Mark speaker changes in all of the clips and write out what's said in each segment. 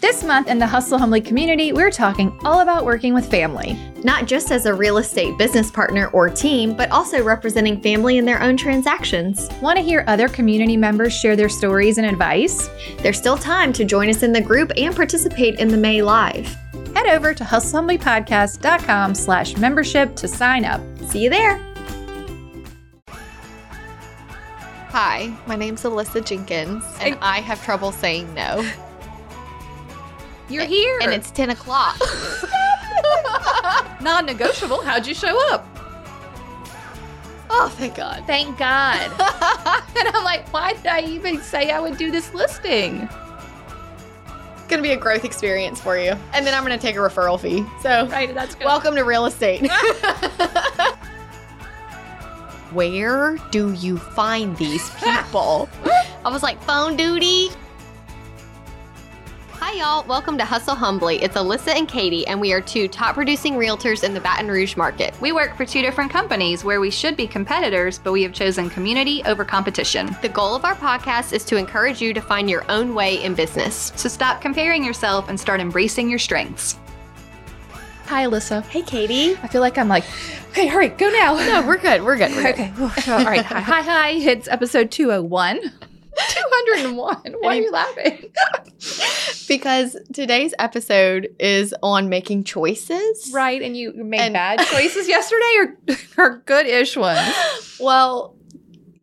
Speaker 1: This month in the Hustle Humbly community, we're talking all about working with family.
Speaker 2: Not just as a real estate business partner or team, but also representing family in their own transactions.
Speaker 1: Want to hear other community members share their stories and advice?
Speaker 2: There's still time to join us in the group and participate in the May Live.
Speaker 1: Head over to hustlehumblypodcast.com slash membership to sign up.
Speaker 2: See you there. Hi, my name's Alyssa Jenkins, and I have trouble saying no.
Speaker 1: You're here.
Speaker 2: And it's 10 o'clock.
Speaker 3: Non negotiable. How'd you show up?
Speaker 2: Oh, thank God.
Speaker 3: Thank God. and I'm like, why did I even say I would do this listing?
Speaker 2: It's going to be a growth experience for you. And then I'm going to take a referral fee. So,
Speaker 3: Right, that's good.
Speaker 2: welcome to real estate. Where do you find these people? I was like, phone duty. Hi, y'all. Welcome to Hustle Humbly. It's Alyssa and Katie, and we are two top producing realtors in the Baton Rouge market.
Speaker 3: We work for two different companies where we should be competitors, but we have chosen community over competition.
Speaker 2: The goal of our podcast is to encourage you to find your own way in business.
Speaker 3: So stop comparing yourself and start embracing your strengths.
Speaker 1: Hi, Alyssa.
Speaker 2: Hey, Katie.
Speaker 1: I feel like I'm like, okay, hurry, go now.
Speaker 2: No, we're good. We're good. We're good.
Speaker 1: Okay. All right. Hi, hi, hi. It's episode 201. 201. Why are you laughing?
Speaker 2: Because today's episode is on making choices.
Speaker 1: Right. And you made
Speaker 2: And-
Speaker 1: bad choices yesterday or, or good ish ones?
Speaker 2: Well,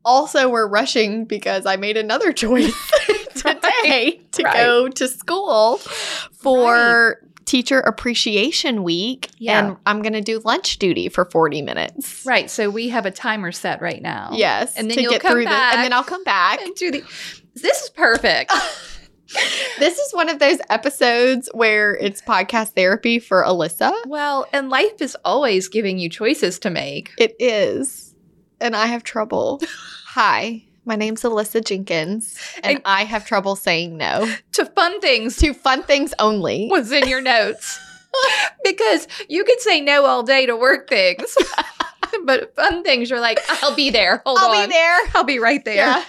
Speaker 2: also, we're rushing because I made another choice today to
Speaker 1: Right.
Speaker 2: go to school for Teacher Appreciation Week.
Speaker 1: Yeah.
Speaker 2: And I'm going to do lunch duty for 40 minutes.
Speaker 1: Right. So we have a timer set right now.
Speaker 2: Yes.
Speaker 1: And then
Speaker 2: to
Speaker 1: you'll
Speaker 2: get
Speaker 1: come
Speaker 2: through this.
Speaker 1: back.
Speaker 2: And then I'll come back.
Speaker 1: And do the. This is perfect.
Speaker 2: This is one of those episodes where it's podcast therapy for Alyssa.
Speaker 1: well, and life is always giving you choices to make.
Speaker 2: It is. And I have trouble. Hi, my name's Alyssa Jenkins, and,
Speaker 1: And-
Speaker 2: I have trouble saying no
Speaker 1: To fun things
Speaker 2: to fun things only.
Speaker 1: was in your notes. because you could say no all day to work things. but fun things, you're like, I'll be there. Hold
Speaker 2: I'll
Speaker 1: on.
Speaker 2: be there.
Speaker 1: I'll be right there.
Speaker 2: Yeah.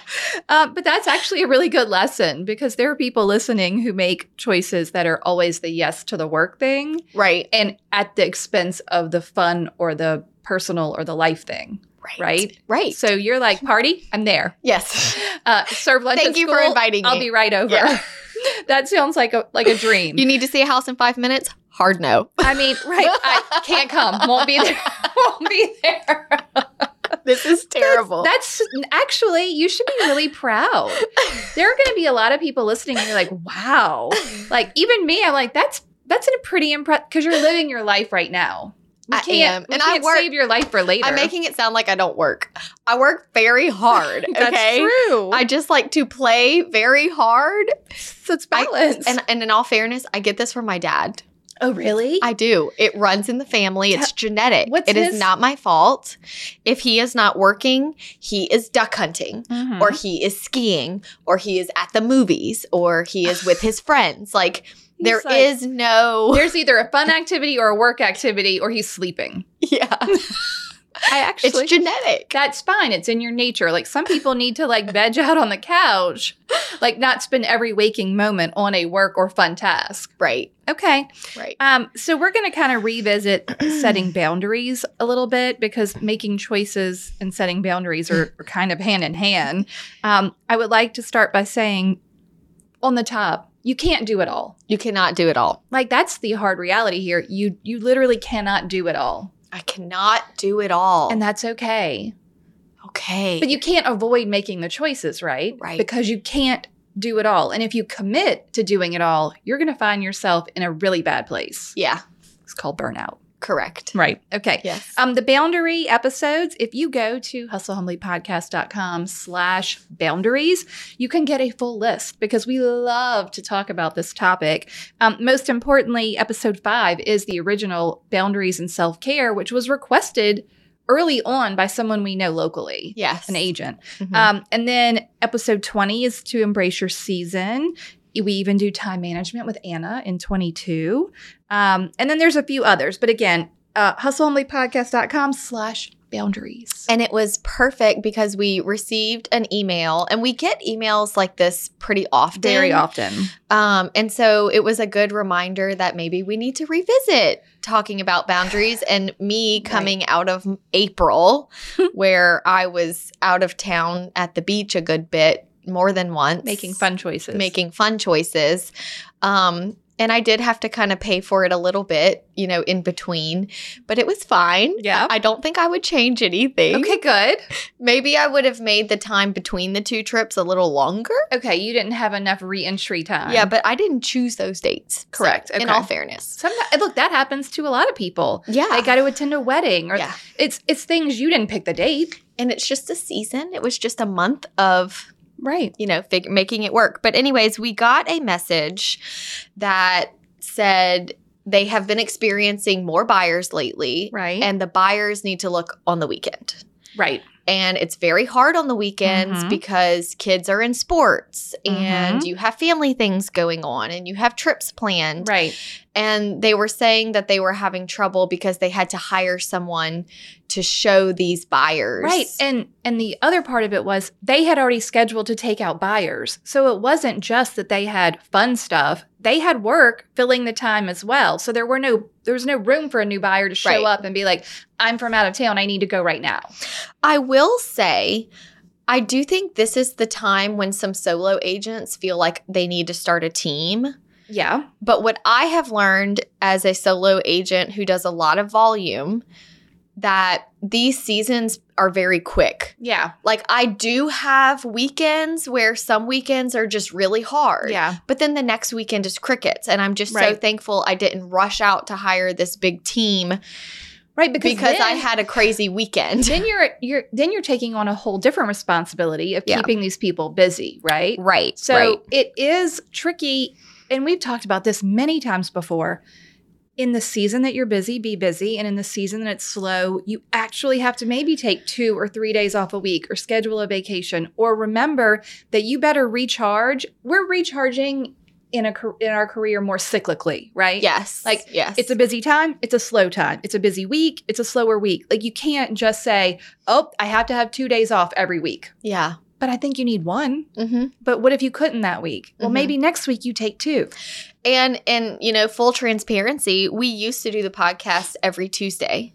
Speaker 1: Um, but that's actually a really good lesson because there are people listening who make choices that are always the yes to the work thing
Speaker 2: Right.
Speaker 1: and at the expense of the fun or the personal or the life thing,
Speaker 2: Right.
Speaker 1: right?
Speaker 2: Right.
Speaker 1: So you're like, party, I'm there.
Speaker 2: yes.
Speaker 1: Uh, serve lunch.
Speaker 2: Thank
Speaker 1: at
Speaker 2: you for
Speaker 1: school,
Speaker 2: inviting
Speaker 1: I'll
Speaker 2: me.
Speaker 1: be right over.
Speaker 2: Yeah.
Speaker 1: that sounds like a like a dream.
Speaker 2: You need to see a house in five minutes? Hard no.
Speaker 1: I mean, right? I can't come. Won't be there. Won't be there.
Speaker 2: This is terrible.
Speaker 1: That's actually, you should be really proud. There are going to be a lot of people listening and you're like, wow. Like, even me, I'm like, that's that's a pretty impressive because you're living your life right now. We
Speaker 2: I
Speaker 1: can't,
Speaker 2: am,
Speaker 1: we
Speaker 2: and I
Speaker 1: can't
Speaker 2: work-
Speaker 1: save your life for later.
Speaker 2: I'm making it sound like I don't work. I work very hard.
Speaker 1: That's
Speaker 2: okay.
Speaker 1: true.
Speaker 2: I just like to play very hard.
Speaker 1: so it's
Speaker 2: I-
Speaker 1: balance.
Speaker 2: and, and in all fairness, I get this from my dad.
Speaker 1: oh, really?
Speaker 2: I do. It runs in the family. It's genetic.
Speaker 1: what's
Speaker 2: It is
Speaker 1: his-
Speaker 2: not my fault. If he is not working, he is duck hunting,
Speaker 1: Mhm.
Speaker 2: or he is skiing, or he is at the movies, or he is with his friends. Like
Speaker 1: He's
Speaker 2: there is
Speaker 1: like,
Speaker 2: no.
Speaker 1: There's either a fun activity or a work activity, or he's sleeping.
Speaker 2: Yeah,
Speaker 1: I actually.
Speaker 2: it's genetic.
Speaker 1: that's fine. It's in your nature. Like some people need to like veg out on the couch, like not spend every waking moment on a work or fun task.
Speaker 2: Right.
Speaker 1: Okay.
Speaker 2: Right.
Speaker 1: Um, so we're going to kind of revisit setting boundaries a little bit because making choices and setting boundaries are, are kind of hand in hand. Um, I would like to start by saying, on the top, you can't do it all.
Speaker 2: You cannot do it all.
Speaker 1: Like that's the hard reality here. You you literally cannot do it all,
Speaker 2: I cannot do it all.
Speaker 1: and that's okay.
Speaker 2: okay.
Speaker 1: But you can't avoid making the choices, right?
Speaker 2: Right.
Speaker 1: Because you can't do it all, and if you commit to doing it all, you're going to find yourself in a really bad place.
Speaker 2: yeah.
Speaker 1: It's called burnout.
Speaker 2: Correct.
Speaker 1: Right. Okay.
Speaker 2: Yes.
Speaker 1: Um, the boundary episodes, if you go to hustlehumblypodcast.com slash boundaries, you can get a full list because we love to talk about this topic. Um, most importantly, episode five is the original boundaries and self care, which was requested early on by someone we know locally,
Speaker 2: yes.
Speaker 1: an agent.
Speaker 2: Mhm.
Speaker 1: Um, and then episode 20 is to embrace your season. We even do time management with Anna in 22. Um, and then there's a few others. But again, uh, hustleonlypodcast.com slash boundaries.
Speaker 2: And it was perfect because we received an email, and we get emails like this pretty often.
Speaker 1: Very often.
Speaker 2: Um, and so it was a good reminder that maybe we need to revisit talking about boundaries. And me coming out of April, where I was out of town at the beach a good bit, more than once,
Speaker 1: Making fun choices.
Speaker 2: making fun choices. Um, and I did have to kind of pay for it a little bit, you know, in between, but it was fine.
Speaker 1: Yeah.
Speaker 2: I don't think I would change anything.
Speaker 1: Okay, good.
Speaker 2: Maybe I would have made the time between the two trips a little longer.
Speaker 1: Okay, you didn't have enough re-entry time.
Speaker 2: Yeah, but I didn't choose those dates. So,
Speaker 1: Correct.
Speaker 2: In
Speaker 1: Okay.
Speaker 2: all fairness.
Speaker 1: Sometimes, look, that happens to a lot of people.
Speaker 2: Yeah.
Speaker 1: They got to attend a wedding, or
Speaker 2: yeah.
Speaker 1: it's it's things you didn't pick the date,
Speaker 2: And it's just a season. It was just a month of
Speaker 1: right?
Speaker 2: you know, fig- making it work. But, anyways, we got a message that said they have been experiencing more buyers lately.
Speaker 1: Right.
Speaker 2: And the buyers need to look on the weekend.
Speaker 1: Right.
Speaker 2: And it's very hard on the weekends
Speaker 1: Mhm.
Speaker 2: because kids are in sports
Speaker 1: Mm-hmm.
Speaker 2: and you have family things going on and you have trips planned.
Speaker 1: Right.
Speaker 2: And they were saying that they were having trouble because they had to hire someone to show these buyers.
Speaker 1: Right. And and the other part of it was they had already scheduled to take out buyers. So it wasn't just that they had fun stuff. They had work filling the time as well. So there were no there was no room for a new buyer to show
Speaker 2: Right.
Speaker 1: up and be like, I'm from out of town, I need to go right now.
Speaker 2: I will say, I do think this is the time when some solo agents feel like they need to start a team.
Speaker 1: Yeah.
Speaker 2: But what I have learned as a solo agent who does a lot of volume, that these seasons are very quick.
Speaker 1: Yeah.
Speaker 2: Like I do have weekends where some weekends are just really hard.
Speaker 1: Yeah.
Speaker 2: But then the next weekend is crickets and I'm just so
Speaker 1: Right.
Speaker 2: thankful I didn't rush out to hire this big team
Speaker 1: Right. Because,
Speaker 2: because I
Speaker 1: then-
Speaker 2: had a crazy weekend.
Speaker 1: then you're you're then you're taking on a whole different responsibility of
Speaker 2: Yeah.
Speaker 1: keeping these people busy, right?
Speaker 2: Right.
Speaker 1: So
Speaker 2: right.
Speaker 1: it is tricky, and we've talked about this many times before. In the season that you're busy, be busy, and in the season that it's slow, you actually have to maybe take two or three days off a week, or schedule a vacation, or remember that you better recharge. We're recharging in a car- in our career more cyclically, right?
Speaker 2: Yes.
Speaker 1: Like,
Speaker 2: yes.
Speaker 1: It's a busy time. It's a slow time. It's a busy week. It's a slower week. Like you can't just say, "Oh, I have to have two days off every week."
Speaker 2: yeah.
Speaker 1: But I think you need one.
Speaker 2: Mm-hmm.
Speaker 1: But what if you couldn't that week? Well,
Speaker 2: Mhm.
Speaker 1: maybe next week you take two.
Speaker 2: And and you know, full transparency, we used to do the podcast every Tuesday.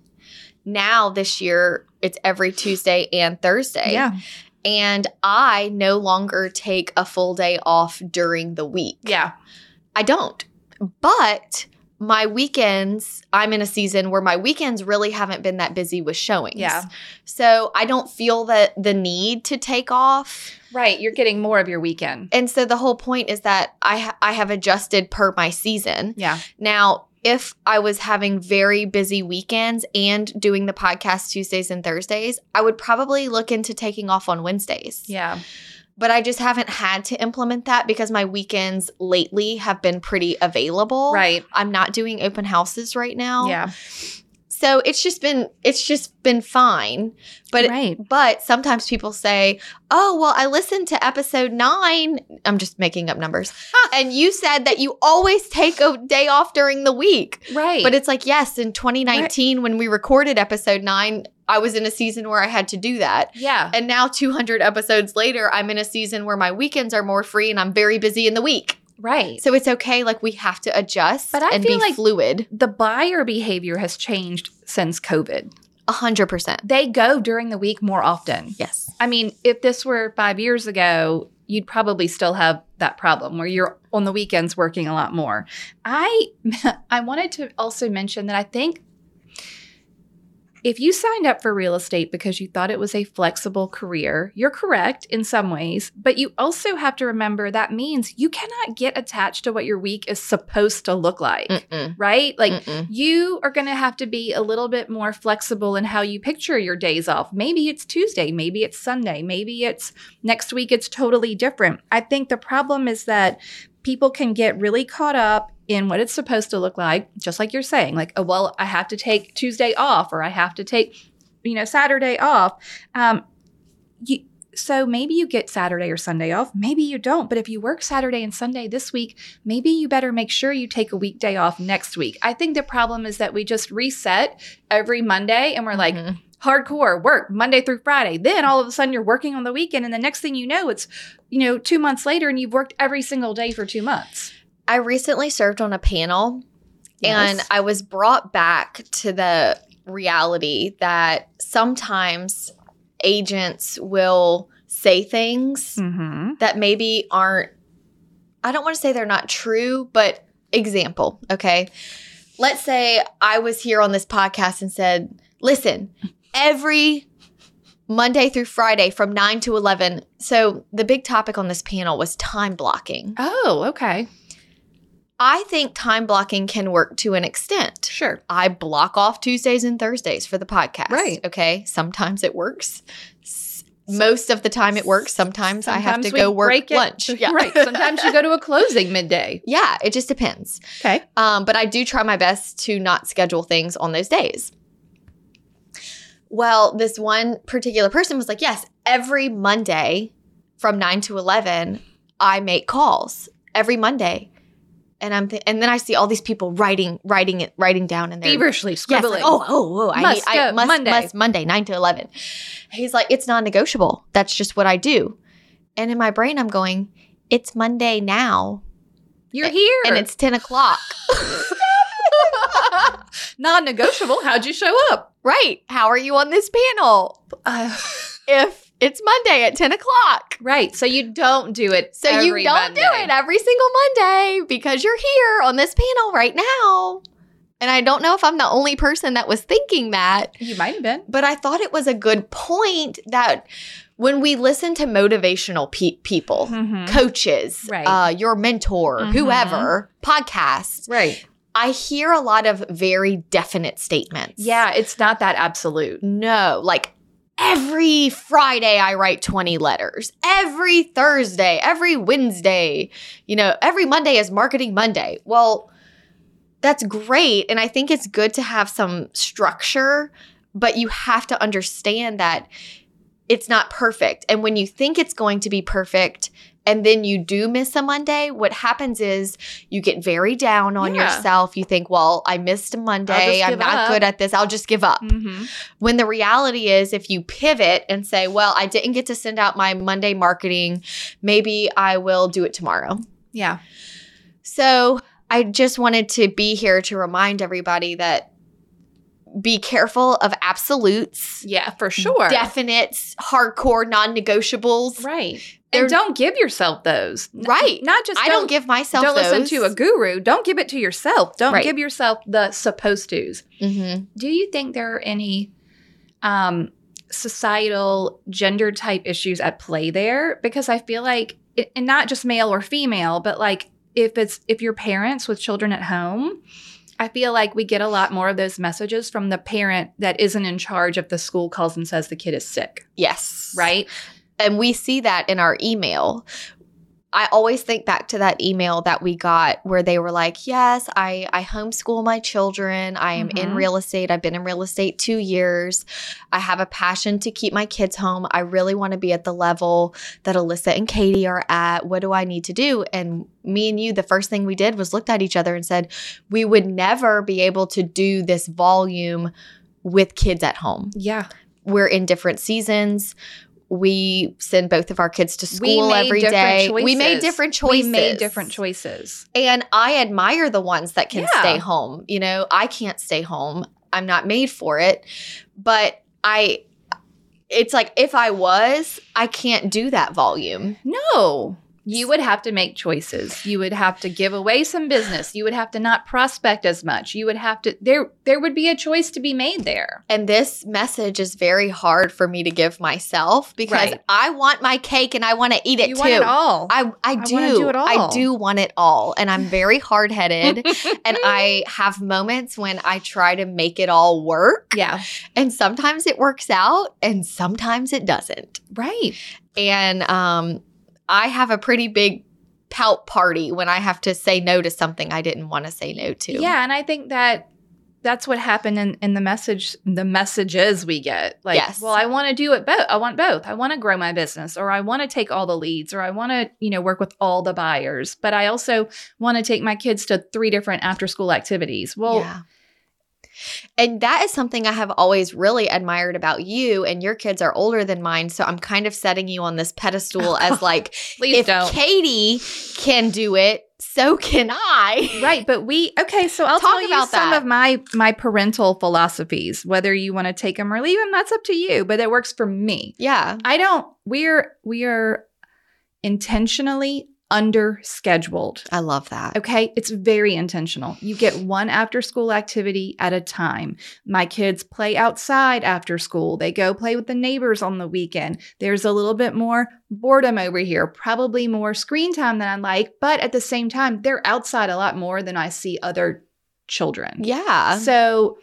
Speaker 2: Now this year, it's every Tuesday and Thursday. And I no longer take a full day off during the week.
Speaker 1: Yeah.
Speaker 2: I don't. But my weekends, I'm in a season where my weekends really haven't been that busy with showings.
Speaker 1: Yeah.
Speaker 2: So I don't feel that the need to take off.
Speaker 1: Right. You're getting more of your weekend.
Speaker 2: And so the whole point is that I ha- I have adjusted per my season.
Speaker 1: Yeah.
Speaker 2: Now, if I was having very busy weekends and doing the podcast Tuesdays and Thursdays, I would probably look into taking off on Wednesdays.
Speaker 1: Yeah.
Speaker 2: But I just haven't had to implement that because my weekends lately have been pretty available.
Speaker 1: Right.
Speaker 2: I'm not doing open houses right now.
Speaker 1: Yeah.
Speaker 2: So it's just been it's just been fine. But
Speaker 1: right.
Speaker 2: but sometimes people say, "Oh, well, I listened to episode 9. I'm just making up numbers. and you said that you always take a day off during the week.
Speaker 1: Right.
Speaker 2: But it's like, yes, in 2019 when we recorded episode 9, I was in a season where I had to do that.
Speaker 1: yeah.
Speaker 2: And now 200 episodes later, I'm in a season where my weekends are more free and I'm very busy in the week.
Speaker 1: Right.
Speaker 2: So it's okay like we have to adjust
Speaker 1: But I
Speaker 2: and
Speaker 1: feel
Speaker 2: be
Speaker 1: like-
Speaker 2: fluid.
Speaker 1: the buyer behavior has changed since COVID.
Speaker 2: 100%.
Speaker 1: They go during the week more often.
Speaker 2: Yes.
Speaker 1: I mean, if this were five years ago, you'd probably still have that problem where you're on the weekends working a lot more. I I wanted to also mention that I think if you signed up for real estate because you thought it was a flexible career, you're correct in some ways, but you also have to remember that means you cannot get attached to what your week is supposed to look like,
Speaker 2: Mm-mm.
Speaker 1: right? Like
Speaker 2: Mm-mm.
Speaker 1: you are going to have to be a little bit more flexible in how you picture your days off. Maybe it's Tuesday, maybe it's Sunday, maybe it's next week, it's totally different. I think the problem is that people can get really caught up in what it's supposed to look like, just like you're saying, like, oh, well, I have to take Tuesday off or I have to take, you know, Saturday off. Um, you, so maybe you get Saturday or Sunday off, maybe you don't. But if you work Saturday and Sunday this week, maybe you better make sure you take a weekday off next week. I think the problem is that we just reset every Monday and we're like,
Speaker 2: Mhm.
Speaker 1: hardcore work Monday through Friday. Then all of a sudden you're working on the weekend, and the next thing you know, it's you know two months later, and you've worked every single day for two months.
Speaker 2: I recently served on a panel
Speaker 1: Yes.
Speaker 2: and I was brought back to the reality that sometimes agents will say things
Speaker 1: Mm-hmm.
Speaker 2: that maybe aren't I don't want to say they're not true, but example, okay? Let's say I was here on this podcast and said, "Listen, every Monday through Friday from 9 to 11." So, the big topic on this panel was time blocking.
Speaker 1: Oh, okay,
Speaker 2: I think time blocking can work to an extent.
Speaker 1: sure.
Speaker 2: I block off Tuesdays and Thursdays for the podcast.
Speaker 1: Right.
Speaker 2: Okay. Sometimes it works. S- Most of the time it works. Sometimes, I have to
Speaker 1: we
Speaker 2: go work
Speaker 1: break it-
Speaker 2: lunch. Yeah.
Speaker 1: right. Sometimes you go to a closing midday.
Speaker 2: yeah. It just depends.
Speaker 1: Okay.
Speaker 2: Um, but I do try my best to not schedule things on those days. Well, this one particular person was like, yes, every Monday from 9 to 11, I make calls every Monday. And I'm th- and then I see all these people writing, writing it, writing down in their
Speaker 1: Feverishly
Speaker 2: Yes,
Speaker 1: scribbling.
Speaker 2: like, oh, oh, oh! I
Speaker 1: Must
Speaker 2: must, I
Speaker 1: go-
Speaker 2: must
Speaker 1: Monday.
Speaker 2: Monday. must Monday nine to eleven. He's like, it's non-negotiable. That's just what I do. And in my brain, I'm going, it's Monday now,
Speaker 1: you're here,
Speaker 2: and it's ten o'clock.
Speaker 1: non-negotiable. How'd you show up?
Speaker 2: right? How are you on this panel?
Speaker 1: Uh,
Speaker 2: If it's Monday at ten o'clock,
Speaker 1: right. So you don't do it.
Speaker 2: so
Speaker 1: every
Speaker 2: you don't do
Speaker 1: Monday.
Speaker 2: it every single Monday because you're here on this panel right now. And I don't know if I'm the only person that was thinking that.
Speaker 1: You might have been.
Speaker 2: but I thought it was a good point that when we listen to motivational pe- people,
Speaker 1: Mm-hmm.
Speaker 2: coaches,
Speaker 1: Right.
Speaker 2: uh, your mentor,
Speaker 1: Mhm.
Speaker 2: whoever, podcasts,
Speaker 1: Right.
Speaker 2: I hear a lot of very definite statements.
Speaker 1: Yeah, it's not that absolute.
Speaker 2: No, like every Friday I write 20 letters, every Thursday, every Wednesday, you know, every Monday is Marketing Monday. Well, that's great. And I think it's good to have some structure, but you have to understand that it's not perfect. And when you think it's going to be perfect, and then you do miss a Monday, what happens is you get very down on
Speaker 1: Yeah.
Speaker 2: yourself. You think, well, I missed a Monday. I'm
Speaker 1: give
Speaker 2: not
Speaker 1: up."
Speaker 2: good at this. I'll just give up.
Speaker 1: Mm-hmm.
Speaker 2: When the reality is, if you pivot and say, well, I didn't get to send out my Monday marketing, maybe I will do it tomorrow.
Speaker 1: Yeah.
Speaker 2: So I just wanted to be here to remind everybody that be careful of absolutes,
Speaker 1: Yeah, for sure.
Speaker 2: definites, hardcore non negotiables.
Speaker 1: Right.
Speaker 2: They're-
Speaker 1: and don't give yourself those. N-
Speaker 2: Right.
Speaker 1: Not just
Speaker 2: I don't give myself
Speaker 1: don't listen
Speaker 2: those.
Speaker 1: to a guru. Don't give it to yourself. Don't
Speaker 2: Right.
Speaker 1: give yourself the supposed tos.
Speaker 2: Mhm.
Speaker 1: Do you think there are any um, societal gender type issues at play there? Because I feel like, i- and not just male or female, but like if it's if you're parents with children at home, I feel like we get a lot more of those messages from the parent that isn't in charge if the school calls and says the kid is sick,
Speaker 2: Yes.
Speaker 1: right?
Speaker 2: And we see that in our email. I always think back to that email that we got where they were like, "Yes, I I homeschool my children. I am in
Speaker 1: Mhm.
Speaker 2: real estate. I've been in real estate 2 years. I have a passion to keep my kids home. I really want to be at the level that Alyssa and Katie are at. What do I need to do?" And me and you, the first thing we did was looked at each other and said, "We would never be able to do this volume with kids at home."
Speaker 1: Yeah,
Speaker 2: we're in different seasons. We send both of our kids to school every
Speaker 1: different
Speaker 2: day. We made
Speaker 1: choices.
Speaker 2: different choices.
Speaker 1: We made different choices.
Speaker 2: And I admire the ones that can
Speaker 1: Yeah.
Speaker 2: stay home. You know, I can't stay home. I'm not made for it. But I it's like if I was, I can't do that volume.
Speaker 1: No. You would have to make choices. You would have to give away some business. You would have to not prospect as much. You would have to there there would be a choice to be made there.
Speaker 2: And this message is very hard for me to give myself because
Speaker 1: Right.
Speaker 2: I want my cake and I want to eat it
Speaker 1: you
Speaker 2: too.
Speaker 1: want it all.
Speaker 2: I, I
Speaker 1: wanna
Speaker 2: do.
Speaker 1: do it all.
Speaker 2: I do want it all. And I'm very hard headed. and I have moments when I try to make it all work.
Speaker 1: yeah.
Speaker 2: And sometimes it works out and sometimes it doesn't.
Speaker 1: Right.
Speaker 2: And um, I have a pretty big pout party when I have to say no to something I didn't want to say no to.
Speaker 1: Yeah, and I think that that's what happened in, in the message the messages we get. Like,
Speaker 2: Yes.
Speaker 1: well, I want to do it both. I want both. I want to grow my business or I want to take all the leads or I want to, you know, work with all the buyers, but I also want to take my kids to three different after school activities. Well,
Speaker 2: yeah. And that is something I have always really admired about you. And your kids are older than mine. So I'm kind of setting you on this pedestal as like,
Speaker 1: Please
Speaker 2: if
Speaker 1: don't.
Speaker 2: Katie can do it, so can I.
Speaker 1: Right, but we okay. So I'll
Speaker 2: Talk
Speaker 1: tell you
Speaker 2: about
Speaker 1: some
Speaker 2: that.
Speaker 1: of my my parental philosophies. Whether you want to take them or leave them, that's up to you. But it works for me.
Speaker 2: Yeah.
Speaker 1: I don't. We're we are intentionally under scheduled.
Speaker 2: I love that.
Speaker 1: Okay, it's very intentional. You get one after school activity at a time. My kids play outside after school. They go play with the neighbors on the weekend. There's a little bit more boredom over here, probably more screen time than I like, but at the same time, they're outside a lot more than I see other children.
Speaker 2: Yeah.
Speaker 1: So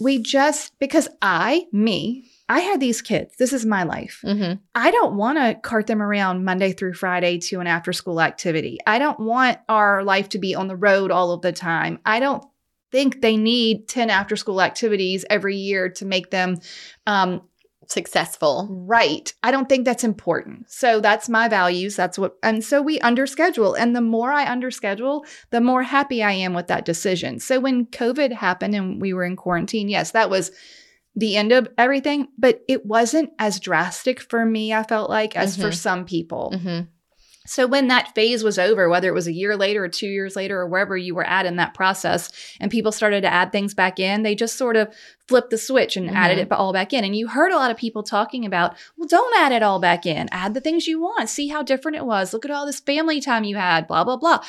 Speaker 1: we just, because I, me, I had these kids. This is my life.
Speaker 2: hmm
Speaker 1: I don't want to cart them around Monday through Friday to an after school activity. I don't want our life to be on the road all of the time. I don't think they need 10 after school activities every year to make them um,
Speaker 2: Successful.
Speaker 1: right. I don't think that's important. So that's my values. That's what, and so we underschedule. And the more I underschedule, the more happy I am with that decision. So when COVID happened and we were in quarantine, yes, that was the end of everything, but it wasn't as drastic for me, I felt like, as for
Speaker 2: Mhm.
Speaker 1: some people.
Speaker 2: hmm
Speaker 1: So when that phase was over, whether it was a year later or two years later or wherever you were at in that process, and people started to add things back in, they just sort of flipped the switch and added
Speaker 2: Mhm.
Speaker 1: it all back in. And you heard a lot of people talking about, well, don't add it all back in. Add the things you want. See how different it was. Look at all this family time you had, blah, blah, blah.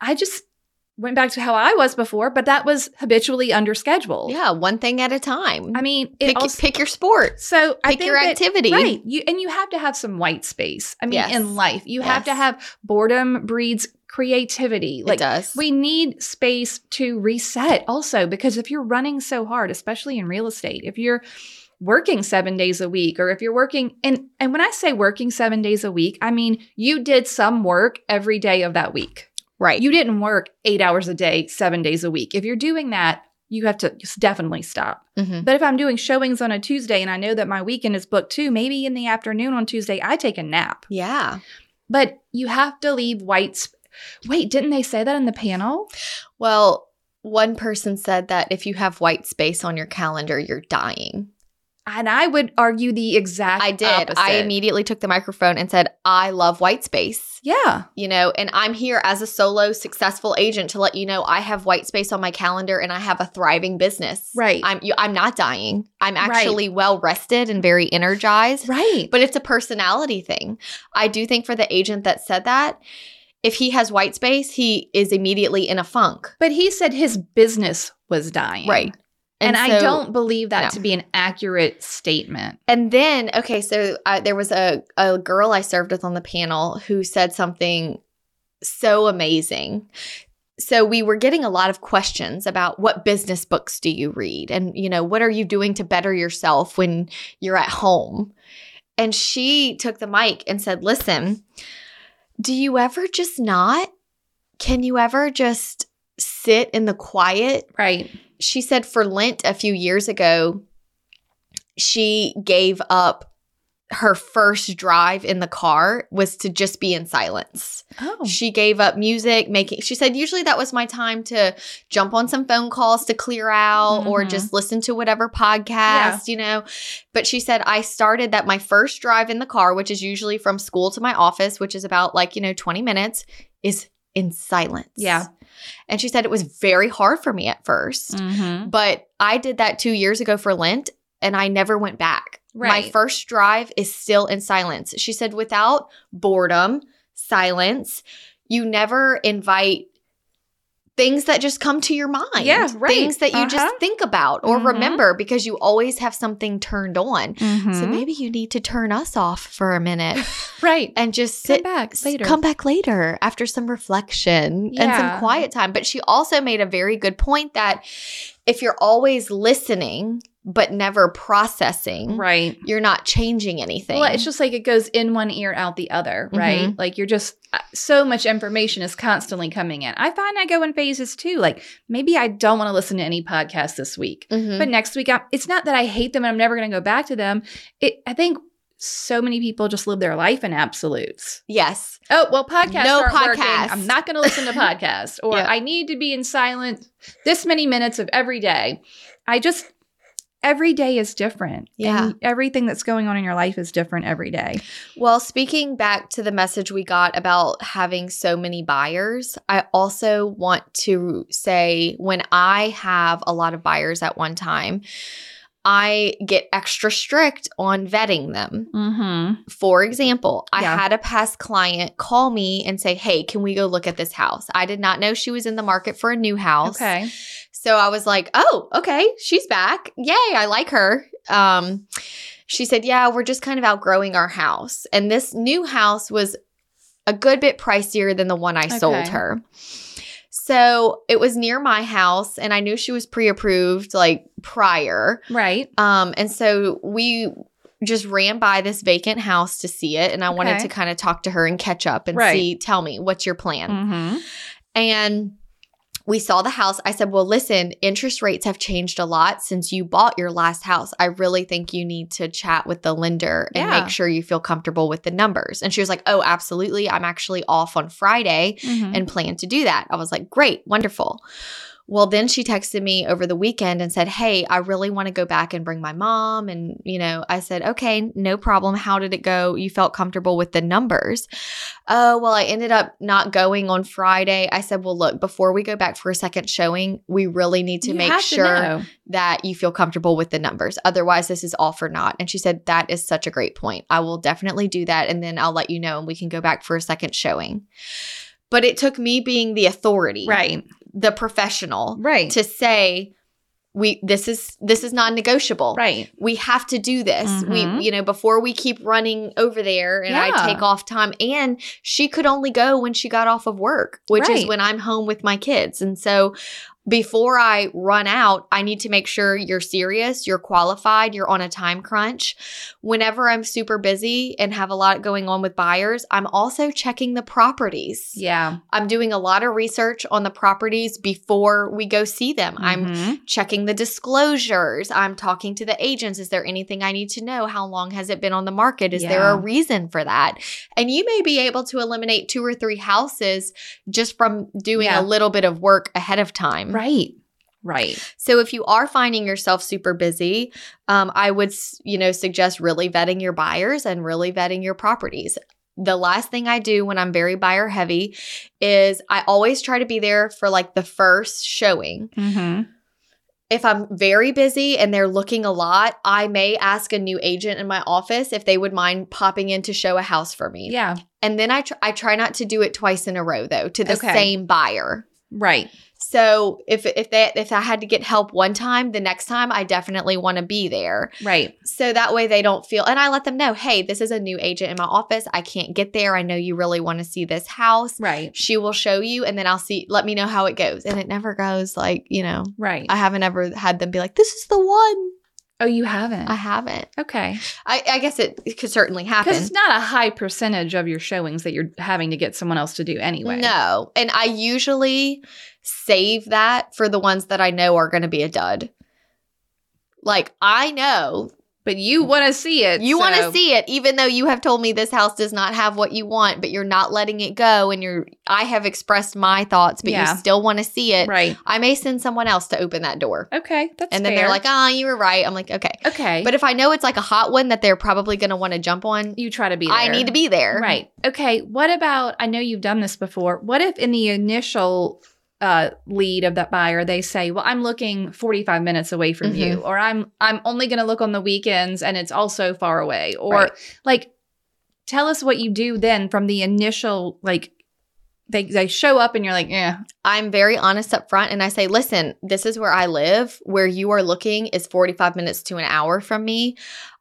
Speaker 1: I just went back to how I was before, but that was habitually underscheduled.
Speaker 2: Yeah. One thing at a time.
Speaker 1: I mean, it
Speaker 2: pick,
Speaker 1: also,
Speaker 2: pick your sport.
Speaker 1: so I
Speaker 2: Pick
Speaker 1: think
Speaker 2: your
Speaker 1: that-
Speaker 2: activity.
Speaker 1: Right. You and you have to have some white space. I mean,
Speaker 2: Yes.
Speaker 1: in life, you have to
Speaker 2: Yes.
Speaker 1: have boredom breeds creativity.
Speaker 2: it
Speaker 1: Like
Speaker 2: does.
Speaker 1: we need space to reset also because if you're running so hard, especially in real estate, if you're working 7 days a week or if you're working and and when I say working 7 days a week, I mean you did some work every day of that week.
Speaker 2: right.
Speaker 1: You didn't work 8 hours a day, 7 days a week. If you're doing that, you have to definitely stop.
Speaker 2: Mhm.
Speaker 1: But if I'm doing showings on a Tuesday and I know that my weekend is booked too, maybe in the afternoon on Tuesday I take a nap.
Speaker 2: Yeah.
Speaker 1: But you have to leave white. Sp- Wait, didn't they say that in the panel?
Speaker 2: Well, one person said that if you have white space on your calendar, you're dying.
Speaker 1: And I would argue the exact.
Speaker 2: I did.
Speaker 1: Opposite.
Speaker 2: I immediately took the microphone and said, I love white space.
Speaker 1: Yeah.
Speaker 2: You know, and I'm here as a solo successful agent to let you know I have white space on my calendar and I have a thriving business.
Speaker 1: Right.
Speaker 2: I'm you, I'm not dying. I'm
Speaker 1: Right.
Speaker 2: actually well rested and very energized.
Speaker 1: Right.
Speaker 2: But it's a personality thing. I do think for the agent that said that, if he has white space, he is immediately in a funk.
Speaker 1: But he said his business was dying.
Speaker 2: Right.
Speaker 1: And, I
Speaker 2: so-
Speaker 1: don't believe that
Speaker 2: No.
Speaker 1: to be an accurate statement.
Speaker 2: And then, okay, so uh, there was a, a girl I served with on the panel who said something so amazing. So we were getting a lot of questions about what business books do you read and you know what are you doing to better yourself when you're at home. And she took the mic and said, "Listen, do you ever just not? Can you ever just sit in the quiet
Speaker 1: Right.
Speaker 2: she said for Lent a few years ago, she gave up her first drive in the car was to just be in silence.
Speaker 1: Oh.
Speaker 2: She gave up music, making she said usually that was my time to jump on some phone calls to clear out or
Speaker 1: Mhm.
Speaker 2: just listen to whatever podcast, you know. But she said I started that my first drive in the car, which is usually from school to my office, which is about like, you know, 20 minutes, is in silence.
Speaker 1: Yeah.
Speaker 2: And she said it was very hard for me at first.
Speaker 1: Mhm.
Speaker 2: But I did that two years ago for Lent and I never went back. My
Speaker 1: Right.
Speaker 2: first drive is still in silence. She said, without boredom, silence, you never invite things that just come to your mind.
Speaker 1: Yeah, right.
Speaker 2: Things that you
Speaker 1: Uh-huh.
Speaker 2: just think about or
Speaker 1: Mhm.
Speaker 2: remember because you always have something turned on. So
Speaker 1: Mhm.
Speaker 2: maybe you need to turn us off for a minute
Speaker 1: right.
Speaker 2: and just
Speaker 1: Come
Speaker 2: sit
Speaker 1: back
Speaker 2: s-
Speaker 1: later.
Speaker 2: Come back later after some reflection and some
Speaker 1: Yeah.
Speaker 2: quiet time. But she also made a very good point that if you're always listening but never processing,
Speaker 1: Right.
Speaker 2: you're not changing anything.
Speaker 1: Well, it's just like it goes in one ear out the other, right? Like you're just uh, so much information is constantly coming in. I find I go in phases too. Like maybe I don't want to listen to any podcast this week,
Speaker 2: Mhm.
Speaker 1: but next week I, it's not that I hate them and I'm never going to go back to them. It, I think so many people just live their life in absolutes.
Speaker 2: Yes.
Speaker 1: Oh, well, podcasts.
Speaker 2: No
Speaker 1: aren't working.
Speaker 2: podcasts.
Speaker 1: I'm not going to listen to podcasts. Or
Speaker 2: Yeah.
Speaker 1: I need to be in silence this many minutes of every day. I just, every day is different.
Speaker 2: Yeah.
Speaker 1: And everything that's going on in your life is different every day.
Speaker 2: Well, speaking back to the message we got about having so many buyers, I also want to say when I have a lot of buyers at one time, I get extra strict on vetting them.
Speaker 1: Mm-hmm.
Speaker 2: For example, I
Speaker 1: Yeah.
Speaker 2: had a past client call me and say, Hey, can we go look at this house? I did not know she was in the market for a new house.
Speaker 1: Okay.
Speaker 2: So I was like, oh, okay, she's back. Yay, I like her. Um, she said, yeah, we're just kind of outgrowing our house. And this new house was a good bit pricier than the one I sold
Speaker 1: Okay.
Speaker 2: her. So it was near my house, and I knew she was pre approved like prior.
Speaker 1: Right.
Speaker 2: Um, and so we just ran by this vacant house to see it. And I wanted
Speaker 1: Okay.
Speaker 2: to kind of talk to her and catch up and
Speaker 1: Right.
Speaker 2: see, tell me, what's your plan?
Speaker 1: Mm-hmm.
Speaker 2: And we saw the house. I said, Well, listen, interest rates have changed a lot since you bought your last house. I really think you need to chat with the lender and
Speaker 1: Yeah.
Speaker 2: make sure you feel comfortable with the numbers. And she was like, Oh, absolutely. I'm actually off on Friday
Speaker 1: Mm-hmm.
Speaker 2: and plan to do that. I was like, Great, wonderful. Well, then she texted me over the weekend and said, Hey, I really want to go back and bring my mom. And, you know, I said, Okay, no problem. How did it go? You felt comfortable with the numbers. Oh, well, I ended up not going on Friday. I said, Well, look, before we go back for a second showing, we really need to
Speaker 1: You
Speaker 2: make
Speaker 1: have
Speaker 2: sure
Speaker 1: know.
Speaker 2: that you feel comfortable with the numbers. Otherwise, this is all for naught. And she said, That is such a great point. I will definitely do that. And then I'll let you know and we can go back for a second showing. But it took me being the authority,
Speaker 1: Right.
Speaker 2: the professional,
Speaker 1: Right.
Speaker 2: to say, we this is this is non-negotiable
Speaker 1: right.
Speaker 2: we have to do this.
Speaker 1: Mhm.
Speaker 2: We, you know, before we keep running over there and
Speaker 1: Yeah.
Speaker 2: I take off time. And she could only go when she got off of work, which is
Speaker 1: Right.
Speaker 2: when I'm home with my kids. And so before I run out, I need to make sure you're serious, you're qualified, you're on a time crunch. Whenever I'm super busy and have a lot going on with buyers, I'm also checking the properties.
Speaker 1: Yeah.
Speaker 2: I'm doing a lot of research on the properties before we go see them. I'm
Speaker 1: Mhm.
Speaker 2: checking the disclosures. I'm talking to the agents. Is there anything I need to know? How long has it been on the market? Is there a
Speaker 1: Yeah.
Speaker 2: reason for that? And you may be able to eliminate two or three houses just from doing
Speaker 1: Yeah.
Speaker 2: a little bit of work ahead of time.
Speaker 1: Right. Right.
Speaker 2: So if you are finding yourself super busy, um, I would s- you know suggest really vetting your buyers and really vetting your properties. The last thing I do when I'm very buyer heavy is I always try to be there for like the first showing
Speaker 1: Mm-hmm.
Speaker 2: if I'm very busy and they're looking a lot, I may ask a new agent in my office if they would mind popping in to show a house for me.
Speaker 1: Yeah.
Speaker 2: And then I tr- I try not to do it twice in a row though to the
Speaker 1: Okay.
Speaker 2: same buyer.
Speaker 1: Right.
Speaker 2: So if if they if I had to get help one time, the next time I definitely want to be there.
Speaker 1: Right.
Speaker 2: So that way they don't feel and I let them know, "Hey, this is a new agent in my office. I can't get there. I know you really want to see this house."
Speaker 1: Right.
Speaker 2: She will show you and then I'll see let me know how it goes. And it never goes like, you know,
Speaker 1: Right.
Speaker 2: I haven't ever had them be like, "This is the one."
Speaker 1: oh, you haven't.
Speaker 2: I haven't.
Speaker 1: okay.
Speaker 2: I, I guess it, it could certainly
Speaker 1: Because it's
Speaker 2: happen.
Speaker 1: not a high percentage of your showings that you're having to get someone else to do anyway.
Speaker 2: No, and I usually save that for the ones that I know are going to be a dud. Like I know
Speaker 1: But you want to see it.
Speaker 2: Mm. you want
Speaker 1: so-
Speaker 2: to see it, even though you have told me this house does not have what you want, but you're not letting it go, and you're. I have expressed my thoughts, but
Speaker 1: Yeah.
Speaker 2: you still want to see it.
Speaker 1: Right.
Speaker 2: I may send someone else to open that door,
Speaker 1: Okay. That's
Speaker 2: and then they're
Speaker 1: fair.
Speaker 2: like, "Ah, you were right." I'm like, "Okay,"
Speaker 1: okay.
Speaker 2: but if I know it's like a hot one that they're probably going to want to jump on,
Speaker 1: you try to be.
Speaker 2: I
Speaker 1: there.
Speaker 2: need to be there.
Speaker 1: Right. Okay. What about? I know you've done this before. What if in the initial uh, lead of that buyer they say, "Well, I'm looking 45 minutes away from
Speaker 2: Mm-hmm.
Speaker 1: you," or "I'm I'm only going to look on the weekends, and it's also far away," or
Speaker 2: Right.
Speaker 1: like, tell us what you do then from the initial like. They, they show up and you're like, "Eh, yeah,
Speaker 2: I'm very honest up front and I say, listen, this is where I live. Where you are looking is 45 minutes to an hour from me.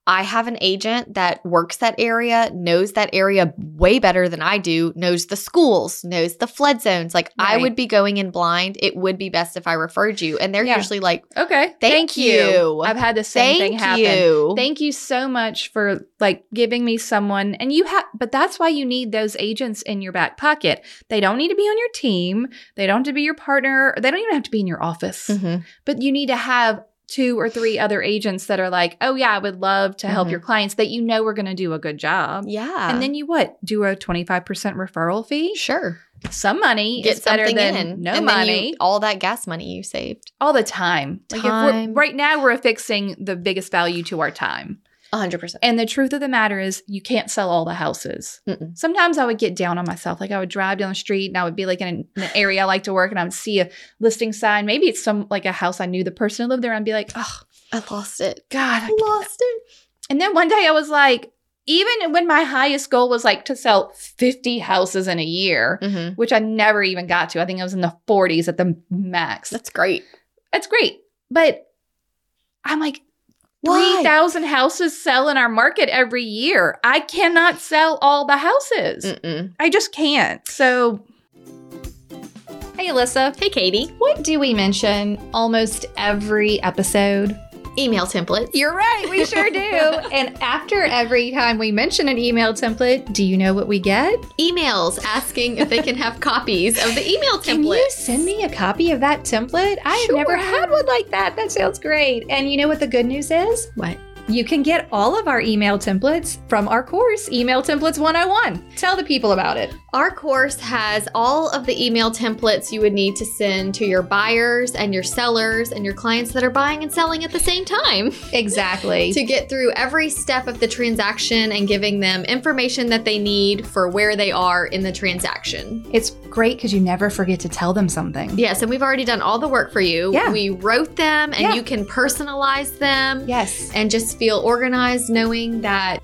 Speaker 2: I have an agent that works that area, knows that area way better than I do, knows the schools, knows the flood zones. Like I
Speaker 1: Right.
Speaker 2: would be going in blind. It would be best if I referred you. And they're
Speaker 1: Yeah.
Speaker 2: usually like,
Speaker 1: okay,
Speaker 2: Thank you.
Speaker 1: I've had the same
Speaker 2: thank
Speaker 1: thing happen.
Speaker 2: you.
Speaker 1: Thank you so much for like giving me someone. And you have, but that's why you need those agents in your back pocket. They don't need to be on your team. They don't have to be your partner. They don't even have to be in your office,
Speaker 2: Mhm.
Speaker 1: but you need to have two or three other agents that are like, oh, yeah, I would love to help
Speaker 2: Mhm.
Speaker 1: your clients that you know are going to do a good job.
Speaker 2: Yeah.
Speaker 1: Um, And then you what? Do a 25% referral fee?
Speaker 2: sure.
Speaker 1: Some money
Speaker 2: Get
Speaker 1: is better
Speaker 2: something
Speaker 1: than
Speaker 2: in.
Speaker 1: no
Speaker 2: and Then
Speaker 1: money.
Speaker 2: you, all that gas money you saved.
Speaker 1: all the time. Like if we're,
Speaker 2: Time.
Speaker 1: right now we're affixing the biggest value to our time.
Speaker 2: 100%.
Speaker 1: And the truth of the matter is you can't sell all the houses.
Speaker 2: Mm-mm.
Speaker 1: Sometimes I would get down on myself. Like I would drive down the street and I would be like in an, in an area I like to work and I would see a listing sign. Maybe it's some like a house I knew the person who lived there and I'd be like, oh
Speaker 2: I lost it.
Speaker 1: God. I-
Speaker 2: lost it.
Speaker 1: And then one day I was like, even when my highest goal was like to sell 50 houses in a year,
Speaker 2: Mm-hmm.
Speaker 1: which I never even got to. I think I was in the 40s at the max.
Speaker 2: That's great.
Speaker 1: That's great. But I'm like,
Speaker 2: Why?
Speaker 1: 3,000 houses sell in our market every year. I cannot sell all the houses.
Speaker 2: Mm-mm.
Speaker 1: Mm. I just can't. So, hey, Alyssa,
Speaker 2: Hey, Katie.
Speaker 1: what do we mention almost every episode?
Speaker 2: Email templates.
Speaker 1: You're right, we sure do. and after every time we mention an email template, do you know what we get?
Speaker 2: emails asking if they can have copies of the email template.
Speaker 1: Can you send me a copy of that template? I have never
Speaker 2: Sure.
Speaker 1: had one like that. That sounds great. And you know what the good news is?
Speaker 2: What?
Speaker 1: You can get all of our email templates from our course, Email Templates 101. Tell the people about it.
Speaker 2: Our course has all of the email templates you would need to send to your buyers and your sellers and your clients that are buying and selling at the same time
Speaker 1: Exactly.
Speaker 2: to get through every step of the transaction and giving them information that they need for where they are in the transaction.
Speaker 1: it's great because you never forget to tell them something.
Speaker 2: Yes, and we've already done all the work for you.
Speaker 1: Yeah.
Speaker 2: We wrote them and
Speaker 1: Yeah.
Speaker 2: you can personalize them
Speaker 1: Yes.
Speaker 2: and just feel organized knowing that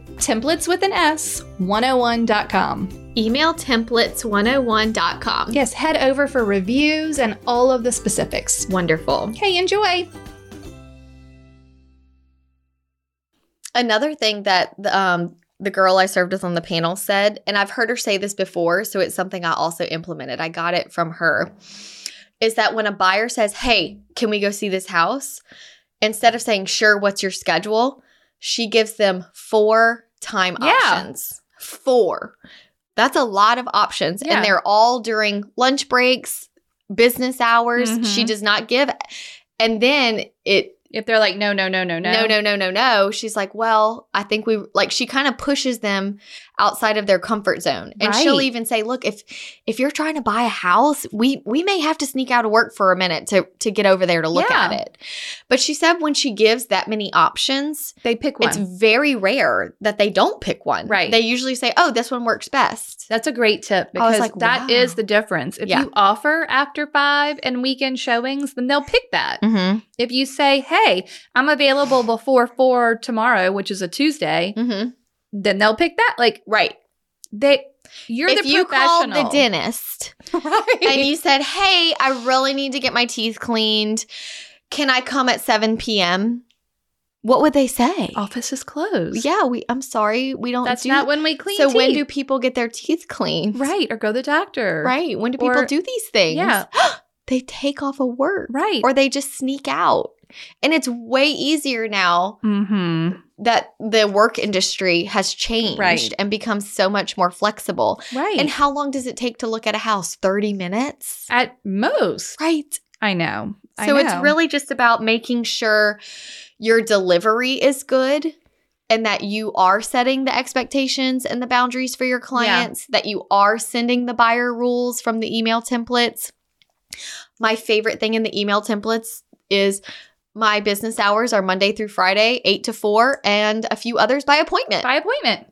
Speaker 1: templates with an S 101.com.
Speaker 2: Emailtemplates101.com.
Speaker 1: Yes, head over for reviews and all of the specifics.
Speaker 2: Wonderful.
Speaker 1: Okay, enjoy.
Speaker 2: Another thing that the, um, the girl I served with on the panel said, and I've heard her say this before, so it's something I also implemented. I got it from her, is that when a buyer says, Hey, can we go see this house? Instead of saying, Sure, what's your schedule? She gives them four time
Speaker 1: Yeah.
Speaker 2: options. Four. That's a lot of options.
Speaker 1: Yeah.
Speaker 2: And they're all during lunch breaks, business hours. She
Speaker 1: Mhm.
Speaker 2: does not give. And then it
Speaker 1: If they're like, no, no, no, no, no.
Speaker 2: no, no, no, no, no. She's like, well, I think we like she kind of pushes them outside of their comfort zone. And she'll
Speaker 1: Right.
Speaker 2: even say, look, if if you're trying to buy a house, we we may have to sneak out of work for a minute to to get over there to look
Speaker 1: Yeah.
Speaker 2: at it. But she said when she gives that many options,
Speaker 1: They pick one.
Speaker 2: it's very rare that they don't pick one.
Speaker 1: Right.
Speaker 2: They usually say, oh, this one works best.
Speaker 1: That's a great tip
Speaker 2: I was
Speaker 1: because that is
Speaker 2: like, wow.
Speaker 1: the difference. If
Speaker 2: Yeah.
Speaker 1: you offer after five and weekend showings, then they'll pick that.
Speaker 2: Mm-hmm.
Speaker 1: If you say, hey, I'm available before four tomorrow, which is a Tuesday,
Speaker 2: Mm-hmm.
Speaker 1: then they'll pick that. Like
Speaker 2: Right.
Speaker 1: they you're
Speaker 2: if
Speaker 1: the
Speaker 2: you
Speaker 1: professional.
Speaker 2: called the dentist
Speaker 1: right.
Speaker 2: and you said, "Hey, I really need to get my teeth cleaned. Can I come at 7 p.m.?" What would they say?
Speaker 1: office is closed.
Speaker 2: yeah, we. I'm sorry, we don't
Speaker 1: That's
Speaker 2: do.
Speaker 1: not when we clean
Speaker 2: so when do
Speaker 1: teeth.
Speaker 2: people get their teeth cleaned?
Speaker 1: Right. Or go to the doctor.
Speaker 2: right. When do people
Speaker 1: Or-
Speaker 2: do these things?
Speaker 1: Yeah.
Speaker 2: they take off a work,
Speaker 1: Right.
Speaker 2: or they just sneak out, and it's way easier now
Speaker 1: mm-hmm.
Speaker 2: that the work industry has changed
Speaker 1: Right.
Speaker 2: and become so much more flexible.
Speaker 1: Right.
Speaker 2: And how long does it take to look at a house? Thirty minutes,
Speaker 1: at most.
Speaker 2: right?
Speaker 1: I know. I
Speaker 2: So it's
Speaker 1: know.
Speaker 2: really just about making sure your delivery is good and that you are setting the expectations and the boundaries for your clients, that you are sending the buyer rules from the email templates. My favorite thing in the email templates is my business hours are Monday through Friday, 8 to 4, and a few others by appointment.
Speaker 1: by appointment.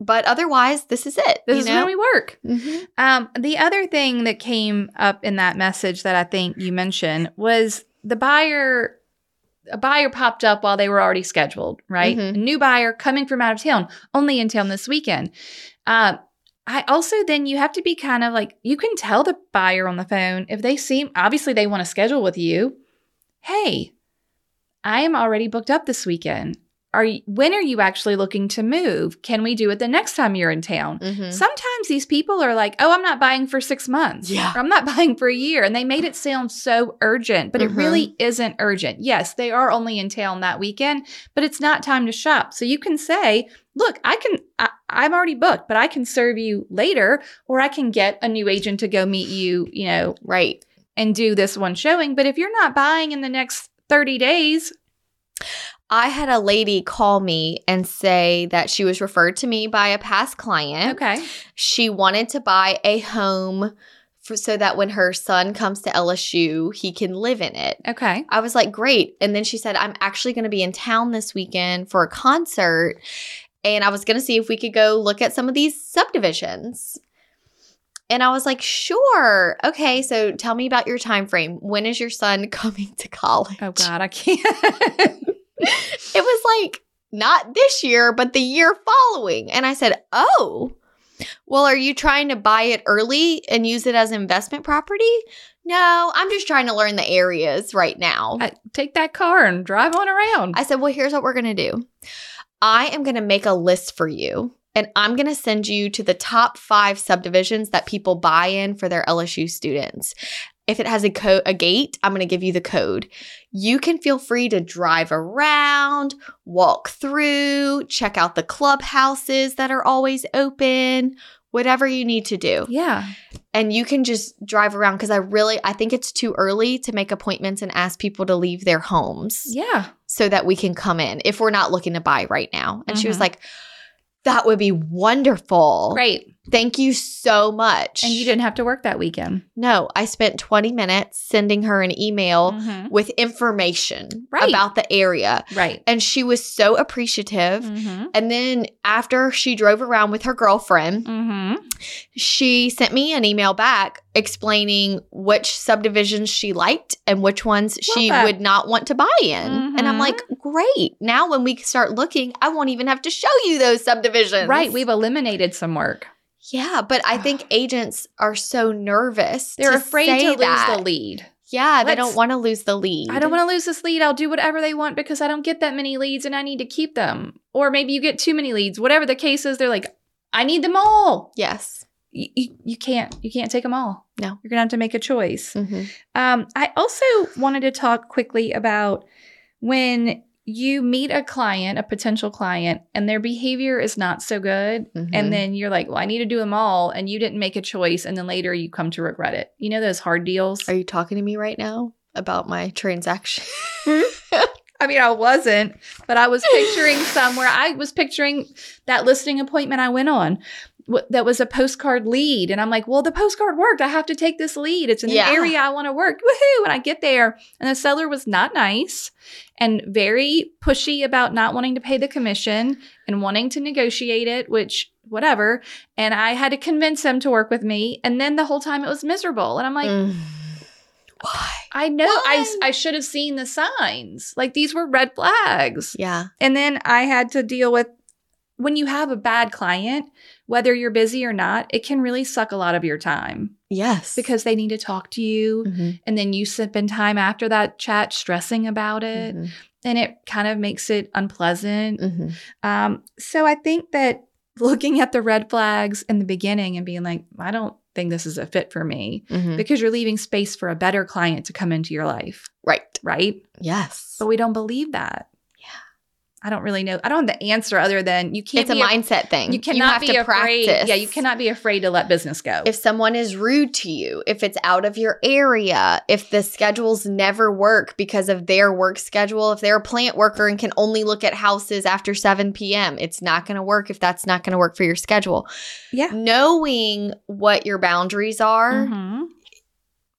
Speaker 2: But otherwise, this is it.
Speaker 1: This
Speaker 2: you
Speaker 1: is
Speaker 2: know?
Speaker 1: when we work.
Speaker 2: Mhm.
Speaker 1: Um, the other thing that came up in that message that I think you mentioned was the buyer. A buyer popped up while they were already scheduled, right?
Speaker 2: Mhm.
Speaker 1: A new buyer coming from out of town, only in town this weekend. Uh, I also then you have to be kind of like you can tell the buyer on the phone if they seem obviously they want to schedule with you. Hey, I am already booked up this weekend. Are you, when are you actually looking to move? Can we do it the next time you're in town?
Speaker 2: Mhm.
Speaker 1: Sometimes these people are like, "Oh, I'm not buying for 6 months."
Speaker 2: Yeah.
Speaker 1: Or, I'm not buying for a year. And they made it sound so urgent, but
Speaker 2: Mhm.
Speaker 1: it really isn't urgent. Yes, they are only in town that weekend, but it's not time to shop. So you can say, look, I can, I, I'm already booked, but I can serve you later, or I can get a new agent to go meet you, you know,
Speaker 2: Right.
Speaker 1: and do this one showing. But if you're not buying in the next 30 days,
Speaker 2: I had a lady call me and say that she was referred to me by a past client.
Speaker 1: okay.
Speaker 2: She wanted to buy a home for, so that when her son comes to LSU, he can live in it.
Speaker 1: Okay.
Speaker 2: I was like, great. And then she said, I'm actually going to be in town this weekend for a concert. And I was going to see if we could go look at some of these subdivisions. And I was like, sure. Okay, so tell me about your time frame. When is your son coming to college?
Speaker 1: Oh, God, I can't.
Speaker 2: It was like not this year, but the year following. And I said, "Oh. Well, are you trying to buy it early and use it as investment property?" No, I'm just trying to learn the areas right now.
Speaker 1: I- take that car and drive on around.
Speaker 2: I said, Well, here's what we're going to do I am going to make a list for you, and I'm going to send you to the top five subdivisions that people buy in for their LSU students. If it has a, co- a gate, I'm going to give you the code. You can feel free to drive around, walk through, check out the clubhouses that are always open, whatever you need to do
Speaker 1: yeah.
Speaker 2: and you can just drive around because i really i think it's too early to make appointments and ask people to leave their homes
Speaker 1: Yeah.
Speaker 2: so that we can come in if we're not looking to buy right now and she was
Speaker 1: Mhm.
Speaker 2: like that would be wonderful
Speaker 1: Great.
Speaker 2: thank you so much
Speaker 1: And you didn't have to work that weekend.
Speaker 2: no i spent 20 minutes sending her an email with information
Speaker 1: Mm-hmm. Right.
Speaker 2: about the area
Speaker 1: Right.
Speaker 2: and she was so appreciative
Speaker 1: Mm-hmm.
Speaker 2: and then after she drove around with her girlfriend
Speaker 1: Mm-hmm.
Speaker 2: she sent me an email back explaining which subdivisions she liked and which ones she
Speaker 1: Love it.
Speaker 2: would not want to buy in. And I'm
Speaker 1: Mhm.
Speaker 2: like, great. Now, when we start looking, I won't even have to show you those subdivisions.
Speaker 1: Right. We've eliminated some work.
Speaker 2: yeah, but I think agents are so nervous.
Speaker 1: They're
Speaker 2: to
Speaker 1: afraid
Speaker 2: say
Speaker 1: to lose
Speaker 2: that.
Speaker 1: the lead.
Speaker 2: Yeah, they
Speaker 1: Let's-
Speaker 2: don't want to lose the lead.
Speaker 1: I don't want to lose this lead. I'll do whatever they want because I don't get that many leads and I need to keep them. Or maybe you get too many leads. Whatever the case is, they're like, I need them all.
Speaker 2: Yes.
Speaker 1: You, you, you can't. You can't take them all.
Speaker 2: No.
Speaker 1: You're going to have to make a choice.
Speaker 2: Mm-hmm.
Speaker 1: Um, I also wanted to talk quickly about when you meet a client, a potential client, and their behavior is not so good.
Speaker 2: Mm-hmm.
Speaker 1: and then you're like, well, I need to do them all, and you didn't make a choice, and then later you come to regret it. You know those hard deals?
Speaker 2: are you talking to me right now about my transaction?
Speaker 1: Hmm? I mean, I wasn't, but I was picturing somewhere. I was picturing that listing appointment I went on. wh- That was a postcard lead. And I'm like, well, the postcard worked. I have to take this lead. It's in
Speaker 2: Yeah.
Speaker 1: the area I want to work. Woohoo. And I get there. And the seller was not nice and very pushy about not wanting to pay the commission and wanting to negotiate it, which, whatever. And I had to convince him to work with me. And then the whole time it was miserable. And I'm like,
Speaker 2: Mm. Why?
Speaker 1: I know I, s-
Speaker 2: Why?
Speaker 1: I should have seen the signs. Like these were red flags.
Speaker 2: Yeah.
Speaker 1: And then I had to deal with when you have a bad client, whether you're busy or not, it can really suck a lot of your time
Speaker 2: Yes.
Speaker 1: because they need to talk to you.
Speaker 2: Mhm.
Speaker 1: And then you spend time after that chat stressing about it.
Speaker 2: Mhm.
Speaker 1: And it kind of makes it unpleasant.
Speaker 2: Mhm.
Speaker 1: Um, so I think that looking at the red flags in the beginning and being like, I don't think this is a fit for me
Speaker 2: Mhm.
Speaker 1: because you're leaving space for a better client to come into your life
Speaker 2: Right.
Speaker 1: right?
Speaker 2: Yes.
Speaker 1: But we don't believe that.
Speaker 2: Yeah.
Speaker 1: I don't really know. I don't have the answer other than you can't.
Speaker 2: it's a
Speaker 1: be af-
Speaker 2: mindset thing.
Speaker 1: You cannot
Speaker 2: have
Speaker 1: be
Speaker 2: to
Speaker 1: afraid.
Speaker 2: practice.
Speaker 1: Yeah, you cannot be afraid to let business go.
Speaker 2: If someone is rude to you, if it's out of your area, if the schedules never work because of their work schedule, if they're a plant worker and can only look at houses after 7 p.m., it's not going to work if that's not going to work for your schedule.
Speaker 1: yeah. Mm-hmm.
Speaker 2: Knowing what your boundaries are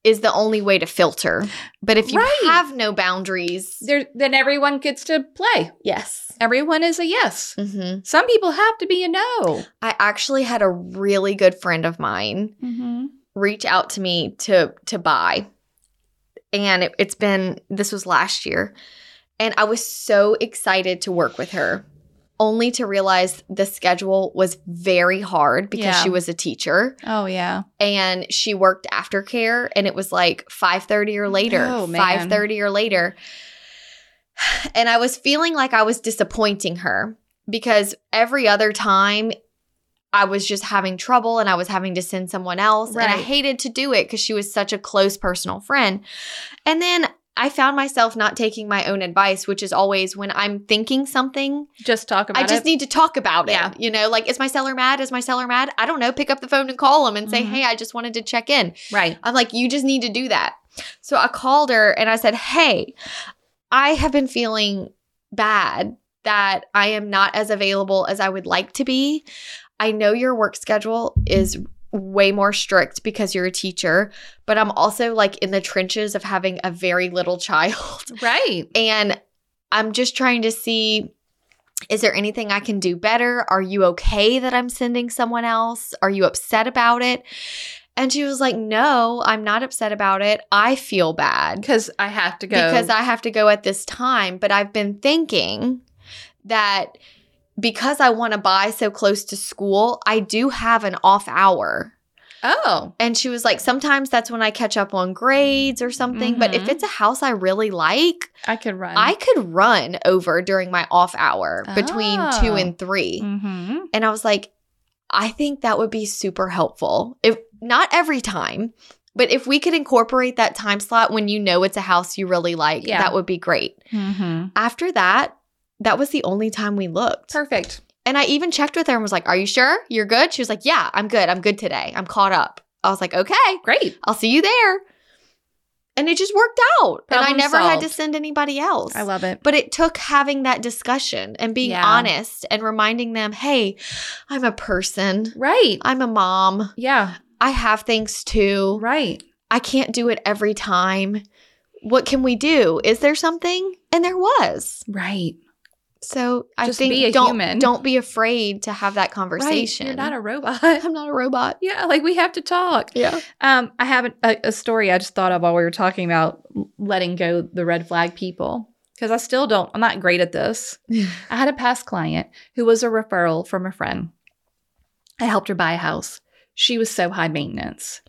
Speaker 2: is the only way to filter. But if you
Speaker 1: Right.
Speaker 2: have no boundaries,
Speaker 1: There, then everyone gets to play.
Speaker 2: yes.
Speaker 1: Everyone is a yes.
Speaker 2: hmm
Speaker 1: Some people have to be a no.
Speaker 2: I actually had a really good friend of mine
Speaker 1: Mm-hmm.
Speaker 2: reach out to me to to buy and it, it's been this was last year and i was so excited to work with her only to realize the schedule was very hard because
Speaker 1: Yeah.
Speaker 2: she was a teacher
Speaker 1: Oh yeah.
Speaker 2: and she worked aftercare and it was like 5.30 or later
Speaker 1: Oh, man.
Speaker 2: 5.30 or later And I was feeling like I was disappointing her because every other time I was just having trouble and I was having to send someone else. And I
Speaker 1: Right.
Speaker 2: hated to do it because she was such a close personal friend. And then I found myself not taking my own advice, which is always when I'm thinking something,
Speaker 1: Just talk about
Speaker 2: I just
Speaker 1: it.
Speaker 2: need to talk about it.
Speaker 1: Yeah.
Speaker 2: You know, like, is my seller mad? Is my seller mad? I don't know. Pick up the phone and call them and say,
Speaker 1: Mhm.
Speaker 2: hey, I just wanted to check in.
Speaker 1: right.
Speaker 2: I'm like, you just need to do that. So I called her and I said, hey, I have been feeling bad that I am not as available as I would like to be. I know your work schedule is way more strict because you're a teacher, but I'm also like in the trenches of having a very little child.
Speaker 1: Right.
Speaker 2: And I'm just trying to see is there anything I can do better? Are you okay that I'm sending someone else? Are you upset about it? And she was like, No, I'm not upset about it. I feel bad
Speaker 1: Because I have to go.
Speaker 2: because I have to go at this time. But I've been thinking that because I want to buy so close to school, I do have an off hour.
Speaker 1: oh,
Speaker 2: And she was like, Sometimes that's when I catch up on grades or something. But if
Speaker 1: Mhm.
Speaker 2: it's a house I really like,
Speaker 1: I could run.
Speaker 2: I could run over during my off hour between two
Speaker 1: Oh.
Speaker 2: and 3
Speaker 1: Mm-hmm.
Speaker 2: And I was like, I think that would be super helpful. If not every time, but if we could incorporate that time slot when you know it's a house you really like,
Speaker 1: Yeah.
Speaker 2: that would be great.
Speaker 1: Mm-hmm.
Speaker 2: After that, that was the only time we looked.
Speaker 1: Perfect.
Speaker 2: And I even checked with her and was like, Are you sure? You're good? She was like, Yeah, I'm good. I'm good today. I'm caught up. I was like, Okay.
Speaker 1: Great.
Speaker 2: I'll see you there. And it just worked out. and I
Speaker 1: Problem
Speaker 2: never had to
Speaker 1: solved.
Speaker 2: send anybody else.
Speaker 1: I love it.
Speaker 2: But it took having that discussion and being
Speaker 1: Yeah.
Speaker 2: honest and reminding them, hey, I'm a person.
Speaker 1: Right.
Speaker 2: I'm a mom.
Speaker 1: Yeah.
Speaker 2: I have things too.
Speaker 1: Right.
Speaker 2: I can't do it every time. What can we do? Is there something? And there was.
Speaker 1: Right.
Speaker 2: So I
Speaker 1: Just
Speaker 2: think
Speaker 1: be a
Speaker 2: don't,
Speaker 1: human.
Speaker 2: don't be afraid to have that conversation.
Speaker 1: Right. You're not a robot.
Speaker 2: I'm not a robot.
Speaker 1: yeah. Like we have to talk.
Speaker 2: Yeah.
Speaker 1: Um, I have a, a story I just thought of while we were talking about letting go the red flag people because I still don't. I'm not great at this. I had a past client who was a referral from a friend. I helped her buy a house. She was so high maintenance.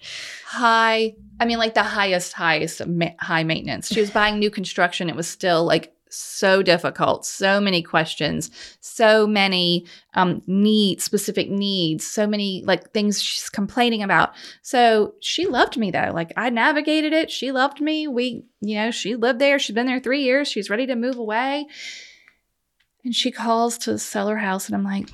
Speaker 1: High, I mean, like the highest, highest of ma- high maintenance. She was buying new construction. It was still like so difficult, so many questions, so many um, needs, specific needs, so many like things she's complaining about. So she loved me though. Like I navigated it. She loved me. We, you know, she lived there. She's been there three years. She's ready to move away. And she calls to sell her house, and I'm like,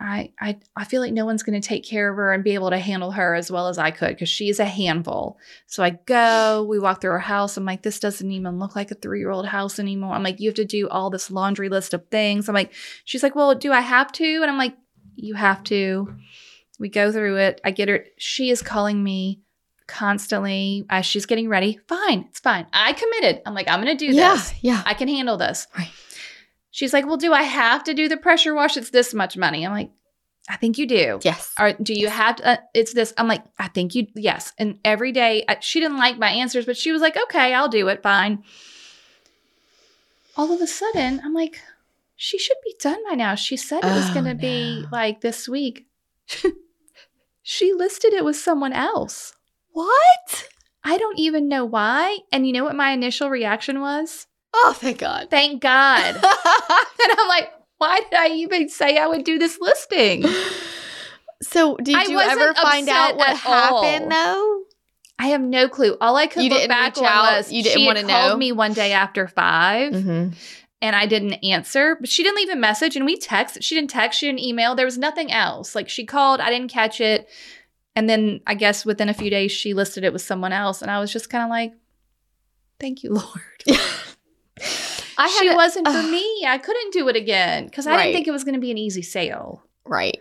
Speaker 1: I I I feel like no one's going to take care of her and be able to handle her as well as I could because she is a handful. So I go, we walk through her house. I'm like, this doesn't even look like a three year old house anymore. I'm like, you have to do all this laundry list of things. I'm like, she's like, well, do I have to? And I'm like, you have to. We go through it. I get her. She is calling me constantly as she's getting ready. Fine, it's fine. I committed. I'm like, I'm going to do
Speaker 2: Yeah.
Speaker 1: this.
Speaker 2: Yeah.
Speaker 1: I can handle this.
Speaker 2: Right.
Speaker 1: She's like, Well, do I have to do the pressure wash? It's this much money. I'm like, I think you do.
Speaker 2: Yes.
Speaker 1: Or do you have to? Uh, it's this. I'm like, I think you, yes. And every day, I, she didn't like my answers, but she was like, Okay, I'll do it. Fine. All of a sudden, I'm like, She should be done by now. She said it was
Speaker 2: Oh,
Speaker 1: going to be
Speaker 2: no.
Speaker 1: like this week. she listed it with someone else.
Speaker 2: What?
Speaker 1: I don't even know why. And you know what my initial reaction was?
Speaker 2: Oh, thank God.
Speaker 1: Thank God. And I'm like, why did I even say I would do this listing?
Speaker 2: so, did
Speaker 1: I
Speaker 2: you
Speaker 1: wasn't
Speaker 2: ever find
Speaker 1: upset
Speaker 2: out what
Speaker 1: at all.
Speaker 2: happened, though?
Speaker 1: I have no clue. All I could
Speaker 2: You
Speaker 1: look
Speaker 2: didn't
Speaker 1: back
Speaker 2: reach
Speaker 1: on
Speaker 2: out?
Speaker 1: was
Speaker 2: You didn't
Speaker 1: she had
Speaker 2: wanna
Speaker 1: called
Speaker 2: know?
Speaker 1: me one day after 5
Speaker 2: Mm-hmm.
Speaker 1: and I didn't answer, but she didn't leave a message and we text. She didn't text, she didn't email. There was nothing else. Like she called, I didn't catch it. And then I guess within a few days she listed it with someone else and I was just kind of like, thank you, Lord.
Speaker 2: I had
Speaker 1: she
Speaker 2: a-
Speaker 1: wasn't for
Speaker 2: ugh.
Speaker 1: me. I couldn't do it again because I
Speaker 2: Right.
Speaker 1: didn't think it was going to be an easy sale.
Speaker 2: right.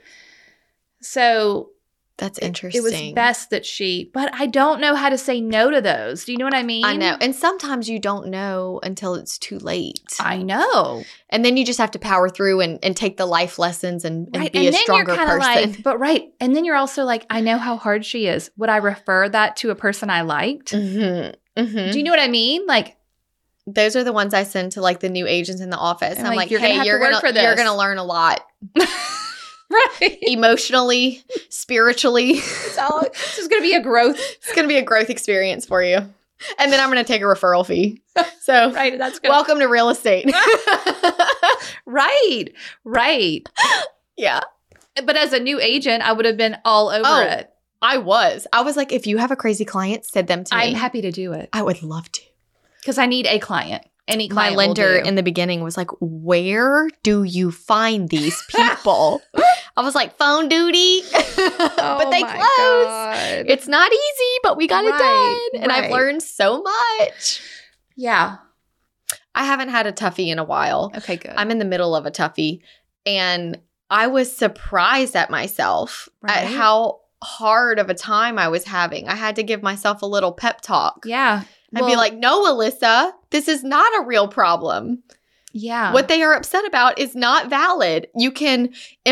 Speaker 1: So
Speaker 2: That's
Speaker 1: it
Speaker 2: interesting.
Speaker 1: was best that she but i don't know how to say no to those do you know what i mean
Speaker 2: I know. And sometimes you don't know until it's too late.
Speaker 1: i know
Speaker 2: and then you just have to power through and, and take the life lessons and, and
Speaker 1: right
Speaker 2: be a stronger
Speaker 1: kinda
Speaker 2: person.
Speaker 1: like but right and then you're also like i know how hard she is would i refer that to a person i liked
Speaker 2: mm-hmm. Mm-hmm.
Speaker 1: do you know what i mean like
Speaker 2: Those are the ones I send to like the new agents in the office.
Speaker 1: And,
Speaker 2: I'm
Speaker 1: like,
Speaker 2: like,
Speaker 1: you're gonna
Speaker 2: hey,
Speaker 1: have to
Speaker 2: you're
Speaker 1: work
Speaker 2: gonna
Speaker 1: for this."
Speaker 2: you're gonna learn a lot
Speaker 1: right
Speaker 2: emotionally, spiritually.
Speaker 1: it's all this is gonna be a growth
Speaker 2: It's gonna be a growth experience for you. And then I'm gonna take a referral fee. So
Speaker 1: Right. That's good.
Speaker 2: welcome to real estate.
Speaker 1: right. Right.
Speaker 2: yeah.
Speaker 1: But as a new agent, I would have been all over
Speaker 2: Oh,
Speaker 1: it.
Speaker 2: I was. I was like, if you have a crazy client, send them to
Speaker 1: I'm
Speaker 2: me.
Speaker 1: happy to do it
Speaker 2: I would love to.
Speaker 1: because I need a client. Any
Speaker 2: My
Speaker 1: client. will
Speaker 2: lender
Speaker 1: do.
Speaker 2: in the beginning was like, Where do you find these people? I was like, Phone duty. but they
Speaker 1: Oh my
Speaker 2: close.
Speaker 1: God.
Speaker 2: Oh It's not easy, but we got
Speaker 1: Right,
Speaker 2: it done. And I've
Speaker 1: right.
Speaker 2: learned so much.
Speaker 1: yeah.
Speaker 2: I haven't had a toughie in a while.
Speaker 1: Okay. Good.
Speaker 2: I'm in the middle of a toughie and I was surprised at myself
Speaker 1: Right.
Speaker 2: at how hard of a time I was having. I had to give myself a little pep talk.
Speaker 1: yeah.
Speaker 2: I'd be
Speaker 1: Well,
Speaker 2: like, no, Alyssa, this is not a real problem.
Speaker 1: yeah.
Speaker 2: What they are upset about is not valid. You can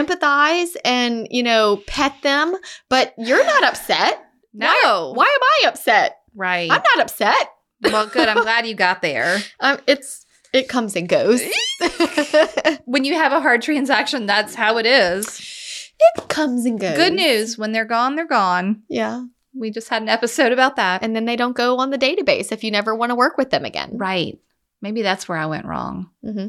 Speaker 2: empathize and, you know, pet them, but you're not upset.
Speaker 1: No.
Speaker 2: Why am I upset?
Speaker 1: Right.
Speaker 2: I'm not upset.
Speaker 1: well, good. I'm glad you got there.
Speaker 2: Um, it's it comes and goes. it
Speaker 1: When you have a hard transaction, that's how it is.
Speaker 2: comes and goes.
Speaker 1: Good news. When they're gone, they're gone.
Speaker 2: Yeah.
Speaker 1: We just had an episode about that.
Speaker 2: And then they don't go on the database if you never want to work with them again.
Speaker 1: Right. Maybe that's where I went wrong.
Speaker 2: hmm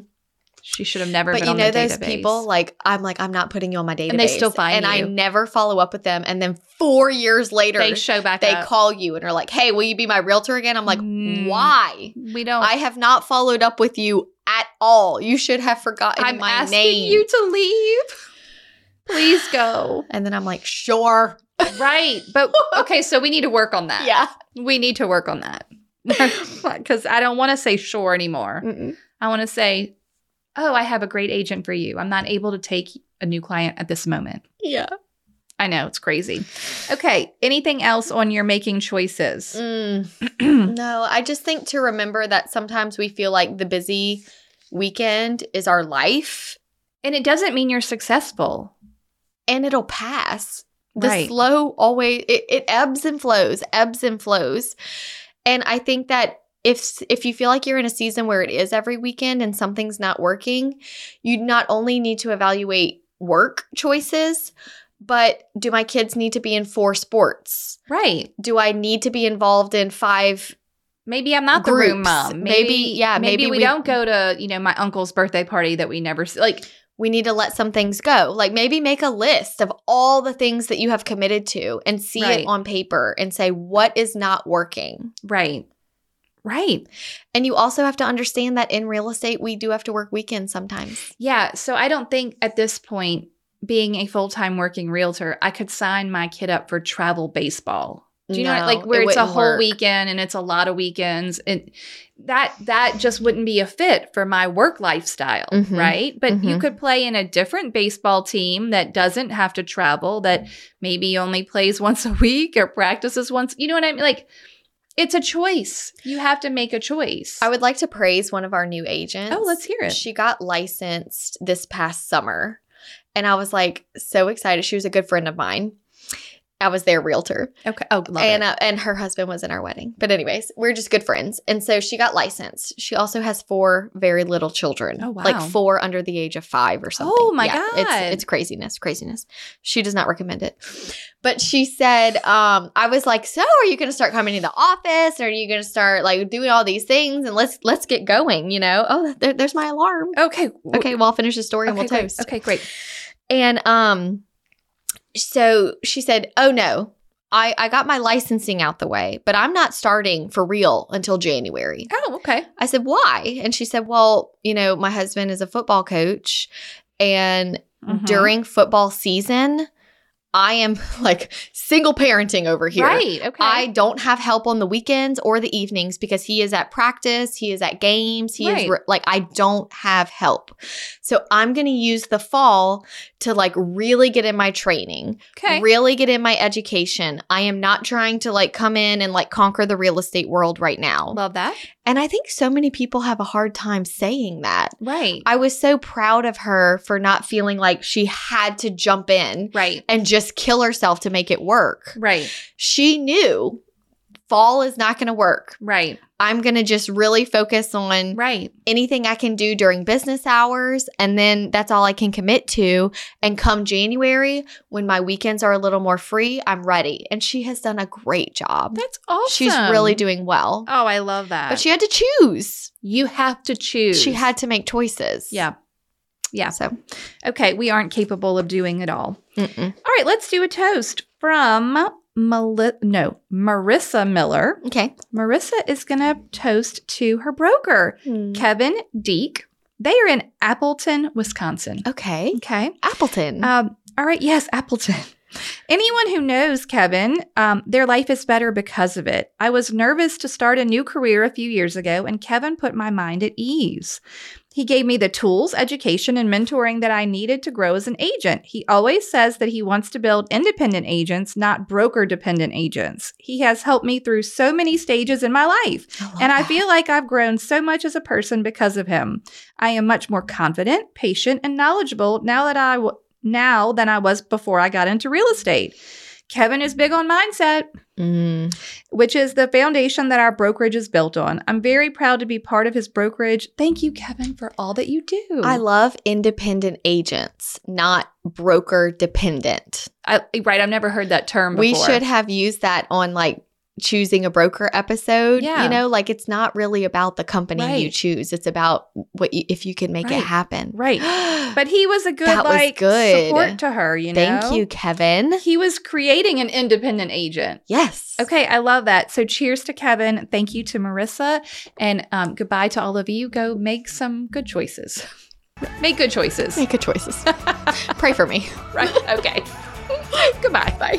Speaker 1: She should have never
Speaker 2: But
Speaker 1: been
Speaker 2: you
Speaker 1: on
Speaker 2: know
Speaker 1: the
Speaker 2: those
Speaker 1: database.
Speaker 2: people, like I'm like I'm not putting you on my database,
Speaker 1: And they still find
Speaker 2: and
Speaker 1: you.
Speaker 2: I never follow up with them. And then four years later,
Speaker 1: they
Speaker 2: they,
Speaker 1: show back up.
Speaker 2: call you and are like, "Hey, will you be my realtor again?" I'm like,
Speaker 1: Mm. Oh.
Speaker 2: "Why?
Speaker 1: we don't.
Speaker 2: I have not followed up with you at all. You should have forgotten
Speaker 1: I'm
Speaker 2: my
Speaker 1: asking
Speaker 2: name."
Speaker 1: you to leave. Please go.
Speaker 2: and then I'm like, "Sure,
Speaker 1: right. But okay, so we need to work on that.
Speaker 2: yeah."
Speaker 1: We need to work on that. Because I don't want to say sure anymore.
Speaker 2: Mm-mm.
Speaker 1: I want to say, oh, I have a great agent for you. I'm not able to take a new client at this moment.
Speaker 2: Yeah.
Speaker 1: I know it's crazy. Okay. Anything else on your making choices?
Speaker 2: Mm. No, I just think to remember that sometimes we feel like the busy weekend is our life
Speaker 1: and it doesn't mean you're successful.
Speaker 2: and it'll pass. The
Speaker 1: Right.
Speaker 2: slow always it, it ebbs and flows, ebbs and flows. And I think that if s- if you feel like you're in a season where it is every weekend and something's not working, you not only need to evaluate work choices, but do my kids need to be in four sports?
Speaker 1: Right.
Speaker 2: Do I need to be involved in five
Speaker 1: Maybe I'm not the room
Speaker 2: Groups.
Speaker 1: mom.
Speaker 2: Maybe- yeah,
Speaker 1: Maybe,
Speaker 2: maybe
Speaker 1: we,
Speaker 2: we-
Speaker 1: don't go to you know my uncle's birthday party that we never see. Like
Speaker 2: we need to let some things go. Like maybe make a list of all the things that you have committed to and see
Speaker 1: Right.
Speaker 2: it on paper and say what is not working.
Speaker 1: right, right.
Speaker 2: And you also have to understand that in real estate, we do have to work weekends sometimes.
Speaker 1: Yeah. So I don't think at this point, being a full time working realtor, I could sign my kid up for travel baseball. Do you know
Speaker 2: No,
Speaker 1: what- like where
Speaker 2: it
Speaker 1: it's a
Speaker 2: wouldn't
Speaker 1: whole
Speaker 2: work.
Speaker 1: weekend and it's a lot of weekends and that that just wouldn't be a fit for my work lifestyle,
Speaker 2: Mhm.
Speaker 1: right? But you
Speaker 2: Mhm.
Speaker 1: could play in a different baseball team that doesn't have to travel that maybe only plays once a week or practices once. You know what I mean? Like it's a choice. You have to make a choice.
Speaker 2: I would like to praise one of our new agents.
Speaker 1: Oh, let's hear it.
Speaker 2: She got licensed this past summer. And I was like so excited. She was a good friend of mine. I was their realtor.
Speaker 1: okay. Oh, love
Speaker 2: and
Speaker 1: it.
Speaker 2: uh, and her husband was in our wedding. But anyways, we're just good friends. And so she got licensed. She also has four very little children.
Speaker 1: Oh, wow.
Speaker 2: Like four under the age of 5 or something.
Speaker 1: Oh, my God.
Speaker 2: It's it's craziness, craziness. She does not recommend it. But she said um I was like, "So, are you going to start coming to the office? Or are you going to start like doing all these things and let's let's get going, you know?" Oh, there, there's my alarm.
Speaker 1: Okay.
Speaker 2: Okay, well, I'll finish the story and
Speaker 1: Okay,
Speaker 2: we'll
Speaker 1: great.
Speaker 2: toast.
Speaker 1: Okay, great.
Speaker 2: And um so she said, "Oh no. I I got my licensing out the way, but I'm not starting for real until January."
Speaker 1: Oh, okay.
Speaker 2: I said, "Why?" And she said, "Well, you know, my husband is a football coach and
Speaker 1: Mhm.
Speaker 2: during football season, I am like single parenting over here.
Speaker 1: Right. Okay.
Speaker 2: I don't have help on the weekends or the evenings because he is at practice, he is at games, he
Speaker 1: Right.
Speaker 2: is re- like I don't have help. So I'm going to use the fall to like really get in my training,
Speaker 1: okay.
Speaker 2: really get in my education. I am not trying to like come in and like conquer the real estate world right now.
Speaker 1: Love that.
Speaker 2: And I think so many people have a hard time saying that.
Speaker 1: Right.
Speaker 2: I was so proud of her for not feeling like she had to jump in
Speaker 1: right.
Speaker 2: and just kill herself to make it work
Speaker 1: Right.
Speaker 2: she knew fall is not going to work.
Speaker 1: Right.
Speaker 2: I'm going to just really focus on
Speaker 1: Right.
Speaker 2: anything I can do during business hours. And then that's all I can commit to. And come January, when my weekends are a little more free, I'm ready. And she has done a great job.
Speaker 1: That's awesome.
Speaker 2: She's really doing well.
Speaker 1: Oh, I love that.
Speaker 2: But she had to choose.
Speaker 1: you have to choose.
Speaker 2: She had to make choices.
Speaker 1: Yeah. Yeah.
Speaker 2: So,
Speaker 1: Okay. We aren't capable of doing it all.
Speaker 2: mm-mm.
Speaker 1: All right. Let's do a toast from Meli- no Marissa Miller.
Speaker 2: okay.
Speaker 1: Marissa is going to toast to her broker, Kevin Deek. They are in Appleton, Wisconsin.
Speaker 2: Okay.
Speaker 1: Okay.
Speaker 2: Appleton.
Speaker 1: Um, all right. Yes, Appleton. Anyone who knows Kevin, um, their life is better because of it. I was nervous to start a new career a few years ago, and Kevin put my mind at ease. He gave me the tools, education, and mentoring that I needed to grow as an agent. He always says that he wants to build independent agents, not broker dependent agents. He has helped me through so many stages in my life.
Speaker 2: love
Speaker 1: And I
Speaker 2: that.
Speaker 1: feel like I've grown so much as a person because of him. I am much more confident, patient, and knowledgeable now that I w- now than I was before I got into real estate. Kevin is big on mindset,
Speaker 2: Mm.
Speaker 1: which is the foundation that our brokerage is built on. I'm very proud to be part of his brokerage. Thank you, Kevin, for all that you do.
Speaker 2: I love independent agents, not broker dependent.
Speaker 1: I right. I've never heard that term.
Speaker 2: We should have used that on like choosing a broker episode.
Speaker 1: Yeah.
Speaker 2: You know, like it's not really about the company you
Speaker 1: Right.
Speaker 2: choose. It's about what you, if you can make
Speaker 1: Right.
Speaker 2: it happen.
Speaker 1: Right.
Speaker 2: but
Speaker 1: but he was a good
Speaker 2: That was
Speaker 1: like
Speaker 2: good.
Speaker 1: support to her. You know.
Speaker 2: thank you, Kevin.
Speaker 1: He was creating an independent agent.
Speaker 2: Yes.
Speaker 1: Okay, I love that. So, cheers to Kevin. Thank you to Marissa. And um, goodbye to all of you. Go make some good choices. Make good choices.
Speaker 2: Make good choices. Pray for me.
Speaker 1: right. Okay. goodbye. Bye.